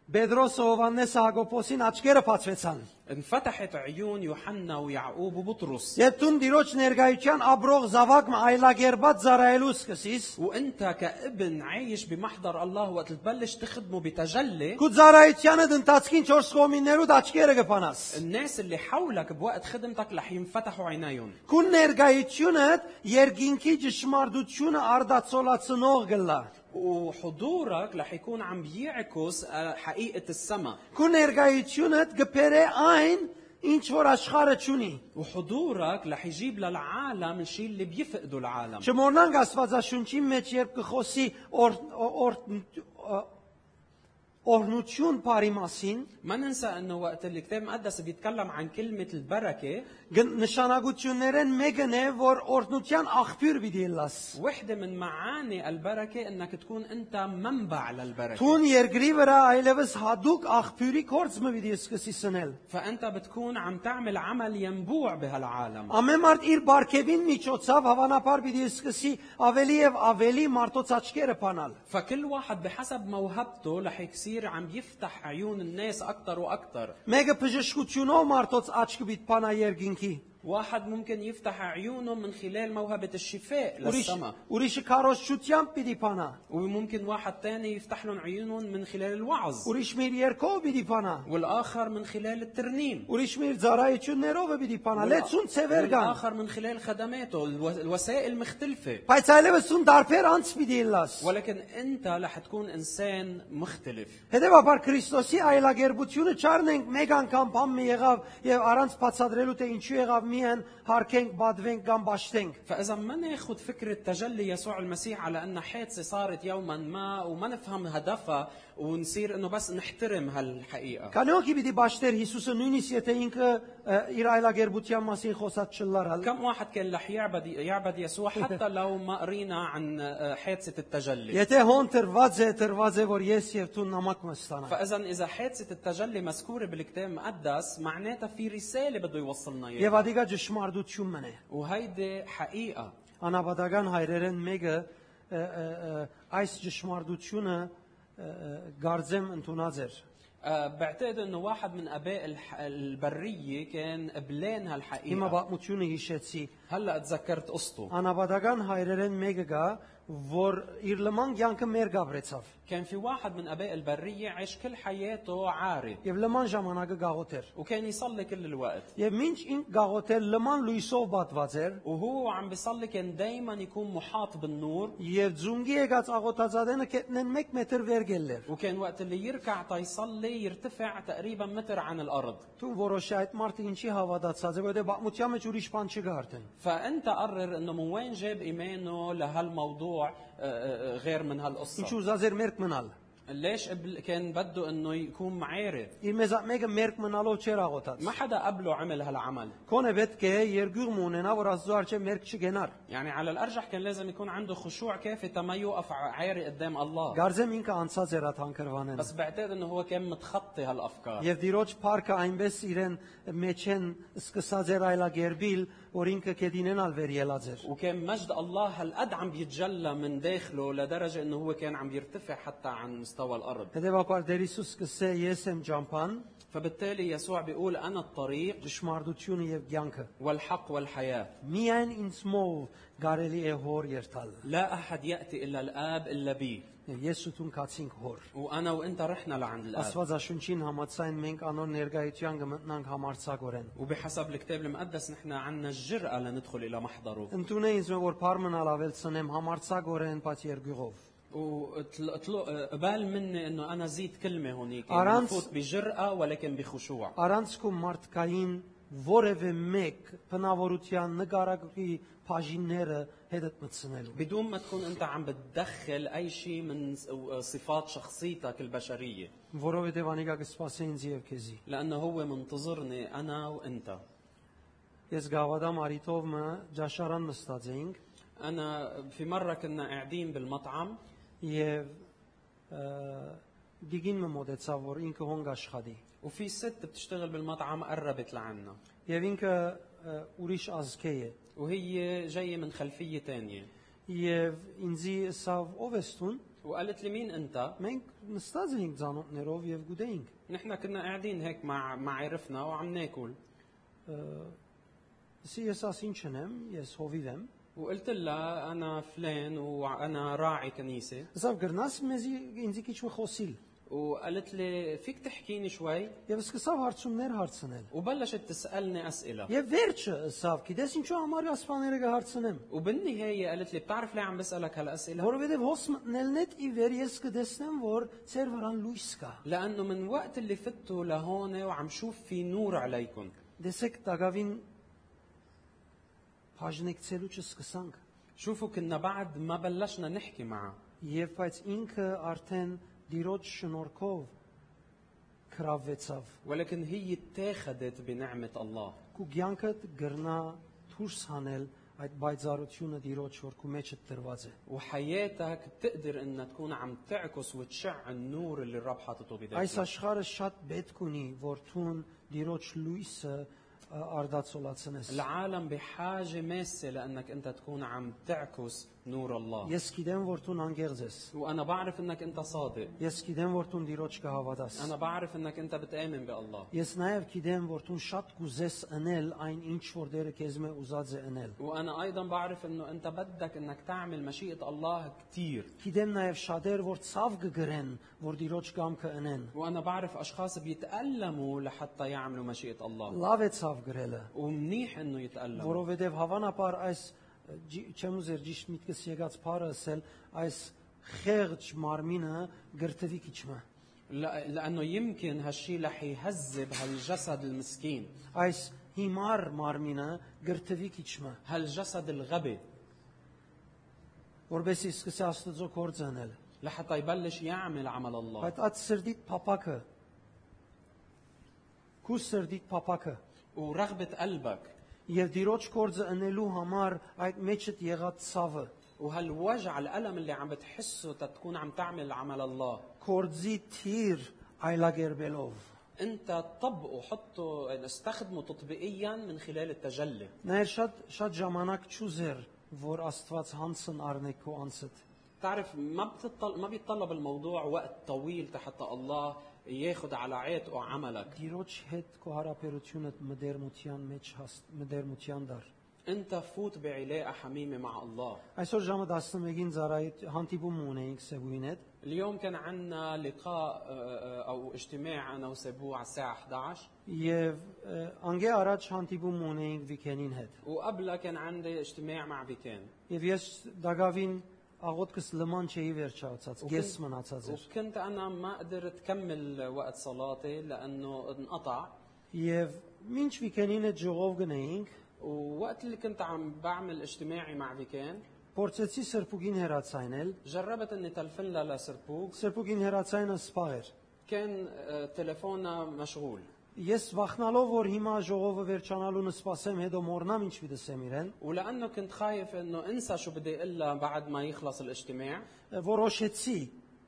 S1: Բեդրոսը, Հովաննեսը, Հակոբոսին աչքերը փացվեցան։
S2: انفتحت عيون يوحنا ويعقوب وبطرس
S1: Եթե դու դիրոջ ներկայության աբրող զավակը այլագերբած զարայելու սկսես,
S2: وانت كابن عايش بمحضر الله وقت تبلش تخدمه بتجلي
S1: քո զարայությանը դընթացքին 4 կողմիներուդ աչքերը կփանաս։
S2: الناس اللي حولك بوقت خدمتك رح ينفتحوا عينيهم
S1: Քո ներկայությունը երկինքի ճշմարտությունը արդացոլացնող գլա։
S2: وحضورك رح يكون عم بيعكس آه، حقيقة السماء
S1: Քո ներկայությունը գբերե այն, ինչ որ աշխարհը ճունի։
S2: وحضورك رح يجيب للعالم الشيء اللي بيفقده العالم
S1: Չմոռնանք Աստվածաշունչի մեջ, երբ կխոսի օր օր օրնություն բարի մասին,
S2: ما ننسى انه وقت اللي الكتاب المقدس بيتكلم عن كلمة البركة
S1: Գն- Նշանակություններն մեկն է, որ օրտնության աղբյուր պիտի լաս։
S2: وحدة من معاني البركة انك تكون انت منبع للبركة
S1: Տուն երկրի վրա այլևս հadouk աղբյուրի կորցը պիտի սկսի սնել։
S2: فانت بتكون عم تعمل عمل ينبوع بهالعالم
S1: Ամեն մարդ իր բարգեւին միջոցով հավանաբար պիտի սկսի ավելի եւ ավելի մարդոց աչքերը փանալ։
S2: فكل واحد بحسب موهبته رح يصير عم يفتح عيون الناس اكثر واكثر
S1: Մեկը բժշկությունով մարդոց աչքը պիտի փանա երկինքի,
S2: واحد ممكن يفتح عيونه من خلال موهبة الشفاء
S1: ուրիշ
S2: للسماء
S1: ուրիշը քարոշչությամբ պիտի փանա,
S2: وممكن واحد تاني يفتح لهم عيونهم من خلال الوعظ
S1: ուրիշ մեր երկով պիտի փանա,
S2: والآخر من خلال الترنيم
S1: ուրիշ մեր ծառայություններով պիտի փանա, լեցուն ցևեր կան։
S2: والآخر من خلال خدماته الو- الوسائل مختلفة
S1: Բայց այլևս ուն դարբեր անց պիտի լաս։
S2: ولكن أنت رح تكون إنسان مختلف
S1: Հետևաբար Քրիստոսի այլագերբությունը չառնենք մեկ անգամ բամ մի եղավ եւ առանց բացատրելու թե ինչու եղավ միայն հարկենք, բադվենք կամ ճաշտենք։
S2: فإذا ما ناخد فكرة تجلي يسوع المسيح على أن حادثة صارت يوما ما وما نفهم هدفها ونصير أنه بس نحترم هالحقيقة
S1: Քանի ոքի պիտի ճաշտեր Հիսուսը նույնիսկ եթե ինքը ը, իր այլագերբության մասին խոսած հա, չլարալ։
S2: كم واحد كان رح يعبد يعبد يسوع حتى لو ما قرينا عن آه، حادثة التجلي
S1: Եթե հոն տրված է, տրված է որ ես եւ դու նամակ մը ստանա։
S2: فاذا اذا حادثه التجلي مذكوره بالكتاب المقدس معناتها في رساله بده يوصلنا
S1: Եվ
S2: اياها
S1: ադիգա ճշմարտություն մնե։
S2: وهيدي حقيقه
S1: Անաբադական հայրերեն մեկը ը, ը, ը, այս ճշմարտությունը ը, ը, գարձեմ ընդունած էր։
S2: أه بعتقد انه واحد من اباء الح- البريه كان قبلان
S1: Հիմա
S2: هالحقيقه
S1: պատմությունը հիշեցի։
S2: هلا تذكرت قصته
S1: Անաբադական հայրերեն մեկը կա, որ իր լման կյանքը մեր գաբրեցավ
S2: كان في واحد من اباء البريه عاش كل حياته عاري
S1: եւ լման ժամանակը գաղութեր։
S2: وكان يصلي كل الوقت
S1: Եվ ինչ ինք գաղութեր լման լույսով բատված էր
S2: وهو عم بيصلي كان دائما يكون محاط بالنور
S1: եւ ձունգի եկած աղոթազադենը կետնեն 1 մետր վեր գելներ։
S2: وكان وقت اللي يركع تيصلي يرتفع تقريبا متر عن الارض
S1: Դու որոշի այդ մարդը ինչի հավատացած է, որովհետեւ բացության մեջ ուրիշ բան չկա արդեն։
S2: فانت قرر انه من وين جاب ايمانه لهالموضوع آه، آه، آه، غير من
S1: Ինչ
S2: هالقصه
S1: ուզած էր մերկ մնալ։
S2: ليش قبل كان بده انه يكون معارض
S1: Իր մեզ մեկը մերկ մնալով չեր աղոթած։
S2: ما حدا قبله عمل هالعمل
S1: Կոնե պետք է երկյուղ մունենա, որ աստծո արժե մերկ չգենար։
S2: يعني على الارجح كان لازم يكون عنده خشوع كافي تما يوقف ع- عاري قدام الله
S1: Գարձեմ ինքը անցած էր աթանկրվանեն։
S2: بس بعتقد انه هو كان متخطي هالافكار
S1: Եվ դիրոջ парքը այնպես իրեն մեջ են սկսած էր այլագերբիլ, որ ինքը կդինենալ վեր ելած էր։
S2: وكان مجد الله هالقد عم بيتجلى من داخله لدرجه انه هو كان عم يرتفع حتى عن مستوى الارض
S1: Հետևաբար դեր Հիսուս սկսե ես եմ ճամփան,
S2: فبالتالي يسوع بيقول انا الطريق
S1: ճշմարտությունը եւ կյանքը։
S2: والحق والحياه
S1: Միայն ինձ մով կարելի է հոր երթալ։
S2: لا أحد يأتي إلا الآب إلا بي
S1: Ես ու դու կացինք հոր։
S2: وانا وانت رحنا لعند الاب
S1: Աստվածաշունչին համաձայն մենք անոր ներկայության կմտնանք համարցակորեն։
S2: وبحسب الكتاب المقدس نحن عنا الجرأة لندخل إلى محضره
S1: Ընտունեի ինձ մե որ Փարմն ալավել ցնեմ համարցակորեն բաց երգյուղով։
S2: واطلق قبال مني انه انا زيد كلمه هونيك
S1: أرانس-
S2: نفوت بجرأة ولكن بخشوع
S1: Առանց կու մարդկային որևէ մեկ բնավորության նկարագրի բաժինները հետդ մտցնելու։
S2: بدون ما تكون انت عم بتدخل اي شيء من س- و- صفات شخصيتك البشريه
S1: Որովհետև անիկա կսպասի ինձ եւ քեզի։
S2: لانه هو منتظرني انا وانت
S1: Ես գավադամ արիտով մը ճաշարան նստած էինք
S2: انا في مره كنا قاعدين بالمطعم
S1: եւ ը, դիգին մը մտեցավ որ ինքը հոնգ աշխատի։
S2: وفي ست بتشتغل بالمطعم قربت لعنا
S1: Եվ ինքը ը, ուրիշ ազգե է։
S2: وهي جايه من خلفيه تانية
S1: Եվ ինձի սավ ով ես տուն։
S2: وقالت لي مين انت
S1: Մենք նստած էինք ցանոթներով եւ գուտեինք։
S2: نحن كنا قاعدين هيك مع مع عرفنا وعم ناكل
S1: Սի ես աս ինչ ունեմ, ես հովիվ եմ։
S2: وقلت لها انا فلان وانا راعي كنيسه
S1: Սավ գրնաս մեզի ինձի քիչ մի խոսիլ։
S2: وقالت لي فيك تحكيني شوي
S1: Եվ սկսավ հարցումներ հարցնել։
S2: وبلشت تسالني اسئله
S1: Եվ վերջը սավ գիտես ինչու համար ասպաները կհարցնեմ։
S2: وبالنهايه قالت لي بتعرف ليه عم بسالك هالاسئله
S1: Որովհետեւ հոս մտնելն էդ ի վեր ես կտեսնեմ, որ ծեր վրան լույս կա։
S2: لانه من وقت اللي فتوا لهون وعم شوف في نور عليكم
S1: Դեսեք տակավին բաժնեկցելու չսկսանք։
S2: شوفوا كنا بعد ما بلشنا نحكي معه
S1: Եվ բայց ինքը արդեն դիրոջ շնորհքով կրավեցավ։
S2: ولكن هي اتاخدت بنعمه الله
S1: Կու ցանկը գրնա դուրս հանել այդ բայցարությունը դիրոջ շորքու մեջը դրված է։
S2: وحياتك بتقدر انها تكون عم تعكس وتشع النور اللي الرب حاطته
S1: Այս
S2: بداخلك
S1: աշխարհը շատ պետք ունի, որ ցուն դիրոջ լույսը ա, արդացոլացնես։
S2: العالم بحاجة ماسة لأنك أنت تكون عم تعكس نور الله
S1: Ես գիտեմ, որ ցուն անգերձ ես։
S2: وأنا بعرف أنك أنت صادق
S1: Ես գիտեմ, որ ցուն դիրոջ կհավատաս։
S2: أنا بعرف أنك أنت بتآمن بالله
S1: Ես նաև գիտեմ, որ ցուն շատ կուզես անել այն ինչ որ դերը քեզ մե ուզած է անել։
S2: وأنا أيضا بعرف أنه أنت بدك أنك تعمل مشيئة الله كتير
S1: Գիտեմ նաև շատեր, որ ցավ կգրեն, որ դիրոջ կամքը անեն։
S2: وأنا بعرف أشخاص بيتألموا لحتى يعملوا مشيئة الله
S1: Լավ է ցավ գրելը,
S2: ومنيح أنه يتألموا
S1: որովհետև հավանաբար այս ջի- չեմ ուզեր ճիշտ միտքս եկած բառը ասել, այս խեղճ մարմինը գրտվի քիչմը։
S2: لأ- لأنه يمكن هالشي رح يهذب هالجسد المسكين
S1: Այս հիմար մարմինը գրտվի քիչմը,
S2: هالجسد الغبي
S1: որբեսի սկսի աստծո գործ անել։
S2: لحتى يبلش يعمل عمل الله
S1: Բայց այդ սրդիտ փապակը քու սրդիտ փապակը
S2: ورغبة قلبك
S1: եւ դիրոջ գործը անելու համար այդ մեջդ եղած ցավը
S2: وهالوجع الألم اللي عم بتحسه تتكون عم تعمل عمل الله
S1: կորձի թիր այլագերբելով
S2: أنت طبقه حطه استخدمه تطبيقيا من خلال التجلي
S1: Նայր շատ շատ ժամանակ ճուզեր, որ Աստված հանցն առնեք քո անցդ։
S2: تعرف ما بتطل... ما بيتطلب الموضوع وقت طويل حتى الله ياخد على عاتقه عملك
S1: Տիրոջ հետ քո հարաբերությունը մդերմության մեջ հաստ մդերմության դար։
S2: أنت فوت بعلاقة حميمة مع الله
S1: Այսօր ժամը 11-ին ծառայի հանդիպում ունեինք Սեգուին հետ
S2: اليوم كان عنا لقاء آه، آه، أو اجتماع أنا وسبوع على الساعة 11
S1: եւ ը, անգե առաջ հանդիպում ունեինք Վիկենին հետ։
S2: وقبلها كان عندي اجتماع مع فيكان
S1: Եվ ես Դագավին աղոտքս լման չէի վերջացած,
S2: Ու
S1: ես
S2: քո-
S1: մնացած էր։
S2: وكنت انا ما قدرت كمل وقت صلاتي لانه انقطع
S1: Եվ ինչ Վիկենին հետ ժողով գնեինք,
S2: ووقت اللي كنت عم بعمل اجتماعي مع فيكان
S1: փորձեցի Սրբուգին herացանել։
S2: جربت اني تلفن لها لسربوك
S1: Սրբուգին herացայինը սպաղ էր։
S2: كان آه، تلفونها مشغول
S1: Ես վախնալով որ հիմա ժողովը վերջանալուն սպասեմ, հետո մոռնամ ինչ պիտեսեմ իրեն,
S2: ولانه كنت خايف انه انسى شو بدي اقول لها بعد ما يخلص الاجتماع
S1: որոշեցի,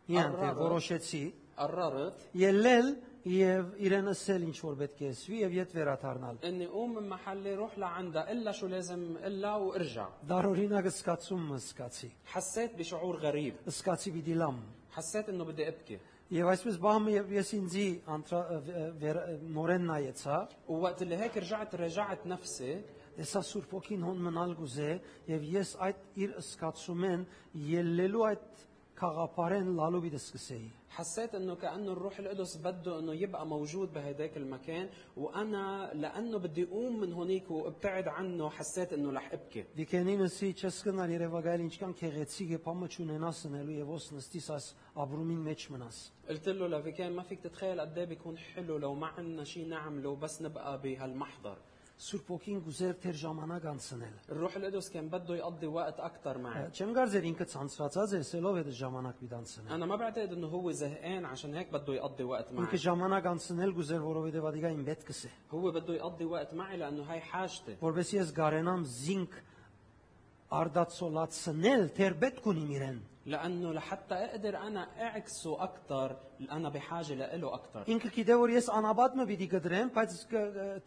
S1: իհարկե
S2: Առառը։
S1: որոշեցի,
S2: قررت
S1: ելնել եւ իրեն ասել ինչ որ պետք է ասվի եւ իդ վերադառնալ։
S2: اني قوم من محلي روح لعندها اقول لها شو لازم اقول لها وارجع
S1: Դարօրինակը սկացում սկացի։
S2: حسيت بشعور غريب
S1: Սկացի պիտի լամ։
S2: حسيت انه بدي ابكي
S1: Եվ այսպես բամ եւ ես ինձի անտրա վ- վեր- նորեն նայեցա,
S2: ووقت اللي هيك رجعت راجعت نفسي
S1: Եսա Սուրբ ոգին հոն մնալ գուզե եւ ես այդ իր սկացումեն ելնելու այդ քաղաքապարեն լալու վիդը սկսեի։
S2: حسيت انه كانه الروح القدس بده انه يبقى موجود بهداك المكان وانا لانه بدي اقوم من هونيك وابتعد عنه حسيت انه رح ابكي
S1: Դիկենինսի չես կնար Երևանայել ինչքան քեղեցիկ է պամը չունենա սնելու եւ ոս նստիս այս ապրումին մեջ մնաս։
S2: قلت له لافيكان ما فيك تتخيل قد ايه بيكون حلو لو ما عندنا شيء نعمله بس نبقى بهالمحضر
S1: Սուրբ ոգին գուզեր թեր ժամանակ անցնել։
S2: الروح القدس كان بده يقضي وقت اكثر معي
S1: Չեմ գարձեր ինքը ցանցվածած էր, սելով այդ ժամանակ մի դանցնել։
S2: انا ما بعتقد انه هو زهقان عشان هيك بده يقضي وقت معي
S1: Ինքը ժամանակ անցնել գուզեր, որովհետեւ ադիգային պետքս է,
S2: هو بده يقضي وقت معي لانه هاي حاجتي
S1: որովհետեւ ես գարենամ զինք արդացոլացնել, թեր պետք ունի իրեն։
S2: لانه لحتى اقدر انا اعكسه اكثر انا بحاجه لإله اكثر
S1: Ինքը գիտե որ ես անաբադմը պիտի գդրեմ, բայց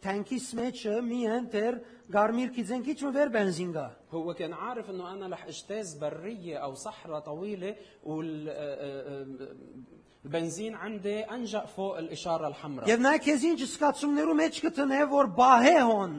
S1: թանկիս մեջը մի են դեր գարմիրքի ձենքիչ ու վեր բենզինգա։
S2: هو كان عارف انه انا رح اجتاز بريه او صحراء آه، طويله والبنزين آه، عندي انجأ فوق الاشاره الحمراء
S1: Եվ նա քեզ ինչ սկացումներու մեջ կտնե որ բահե հոն։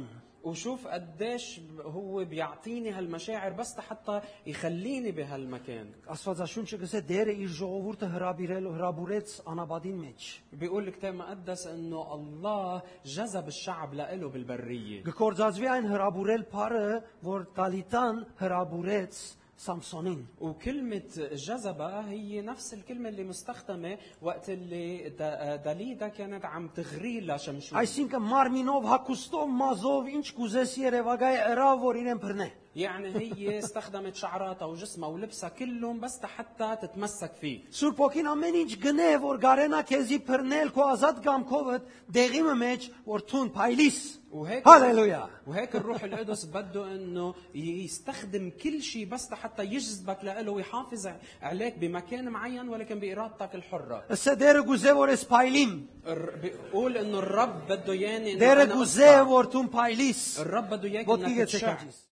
S2: وشوف قديش هو بيعطيني هالمشاعر بس حتى يخليني بهالمكان
S1: Աստվածաշունչը գսե դերը իր ժողովուրդը հրաբիրել ու հրաբուրեց անաբադին մեջ։
S2: بيقول الكتاب المقدس انه الله جذب الشعب لإله بالبريه
S1: Գկործածվի այն հրաբուրել փարը, որ Դալիտան հրաբուրեց Սամսոնին։
S2: وكلمة جذبة هي نفس الكلمة اللي مستخدمة وقت اللي دا- داليدا كانت عم تغري لشمشون
S1: Այսինքն մարմինով, հակուստով, մազով ինչ կուզես Երևանայ ըրավ որ իրեն բռնե։
S2: يعني هي استخدمت شعراتها وجسمها ولبسها كلهم بس حتى تتمسك فيه
S1: Սուրբ ոգին ամեն ինչ գնե որ գարենա քեզի բռնել քո ազատ կամքովդ դեղիմը մեջ որ թուն փայլիս։
S2: وهيك
S1: Հալելույա։
S2: وهيك الروح القدس بده انه يستخدم كل شيء بس حتى يجذبك لإله ويحافظ عليك بمكان معين ولكن بارادتك الحره
S1: Սա դերը գուզե որ ես փայլիմ։
S2: الر- بيقول انه الرب بده ياني إنه
S1: Դերը
S2: أنا
S1: գուզե
S2: أطلع.
S1: որ թուն փայլիս։
S2: الرب بده اياك
S1: Ոտքի
S2: انك
S1: գեցեք
S2: تشع
S1: անջիս։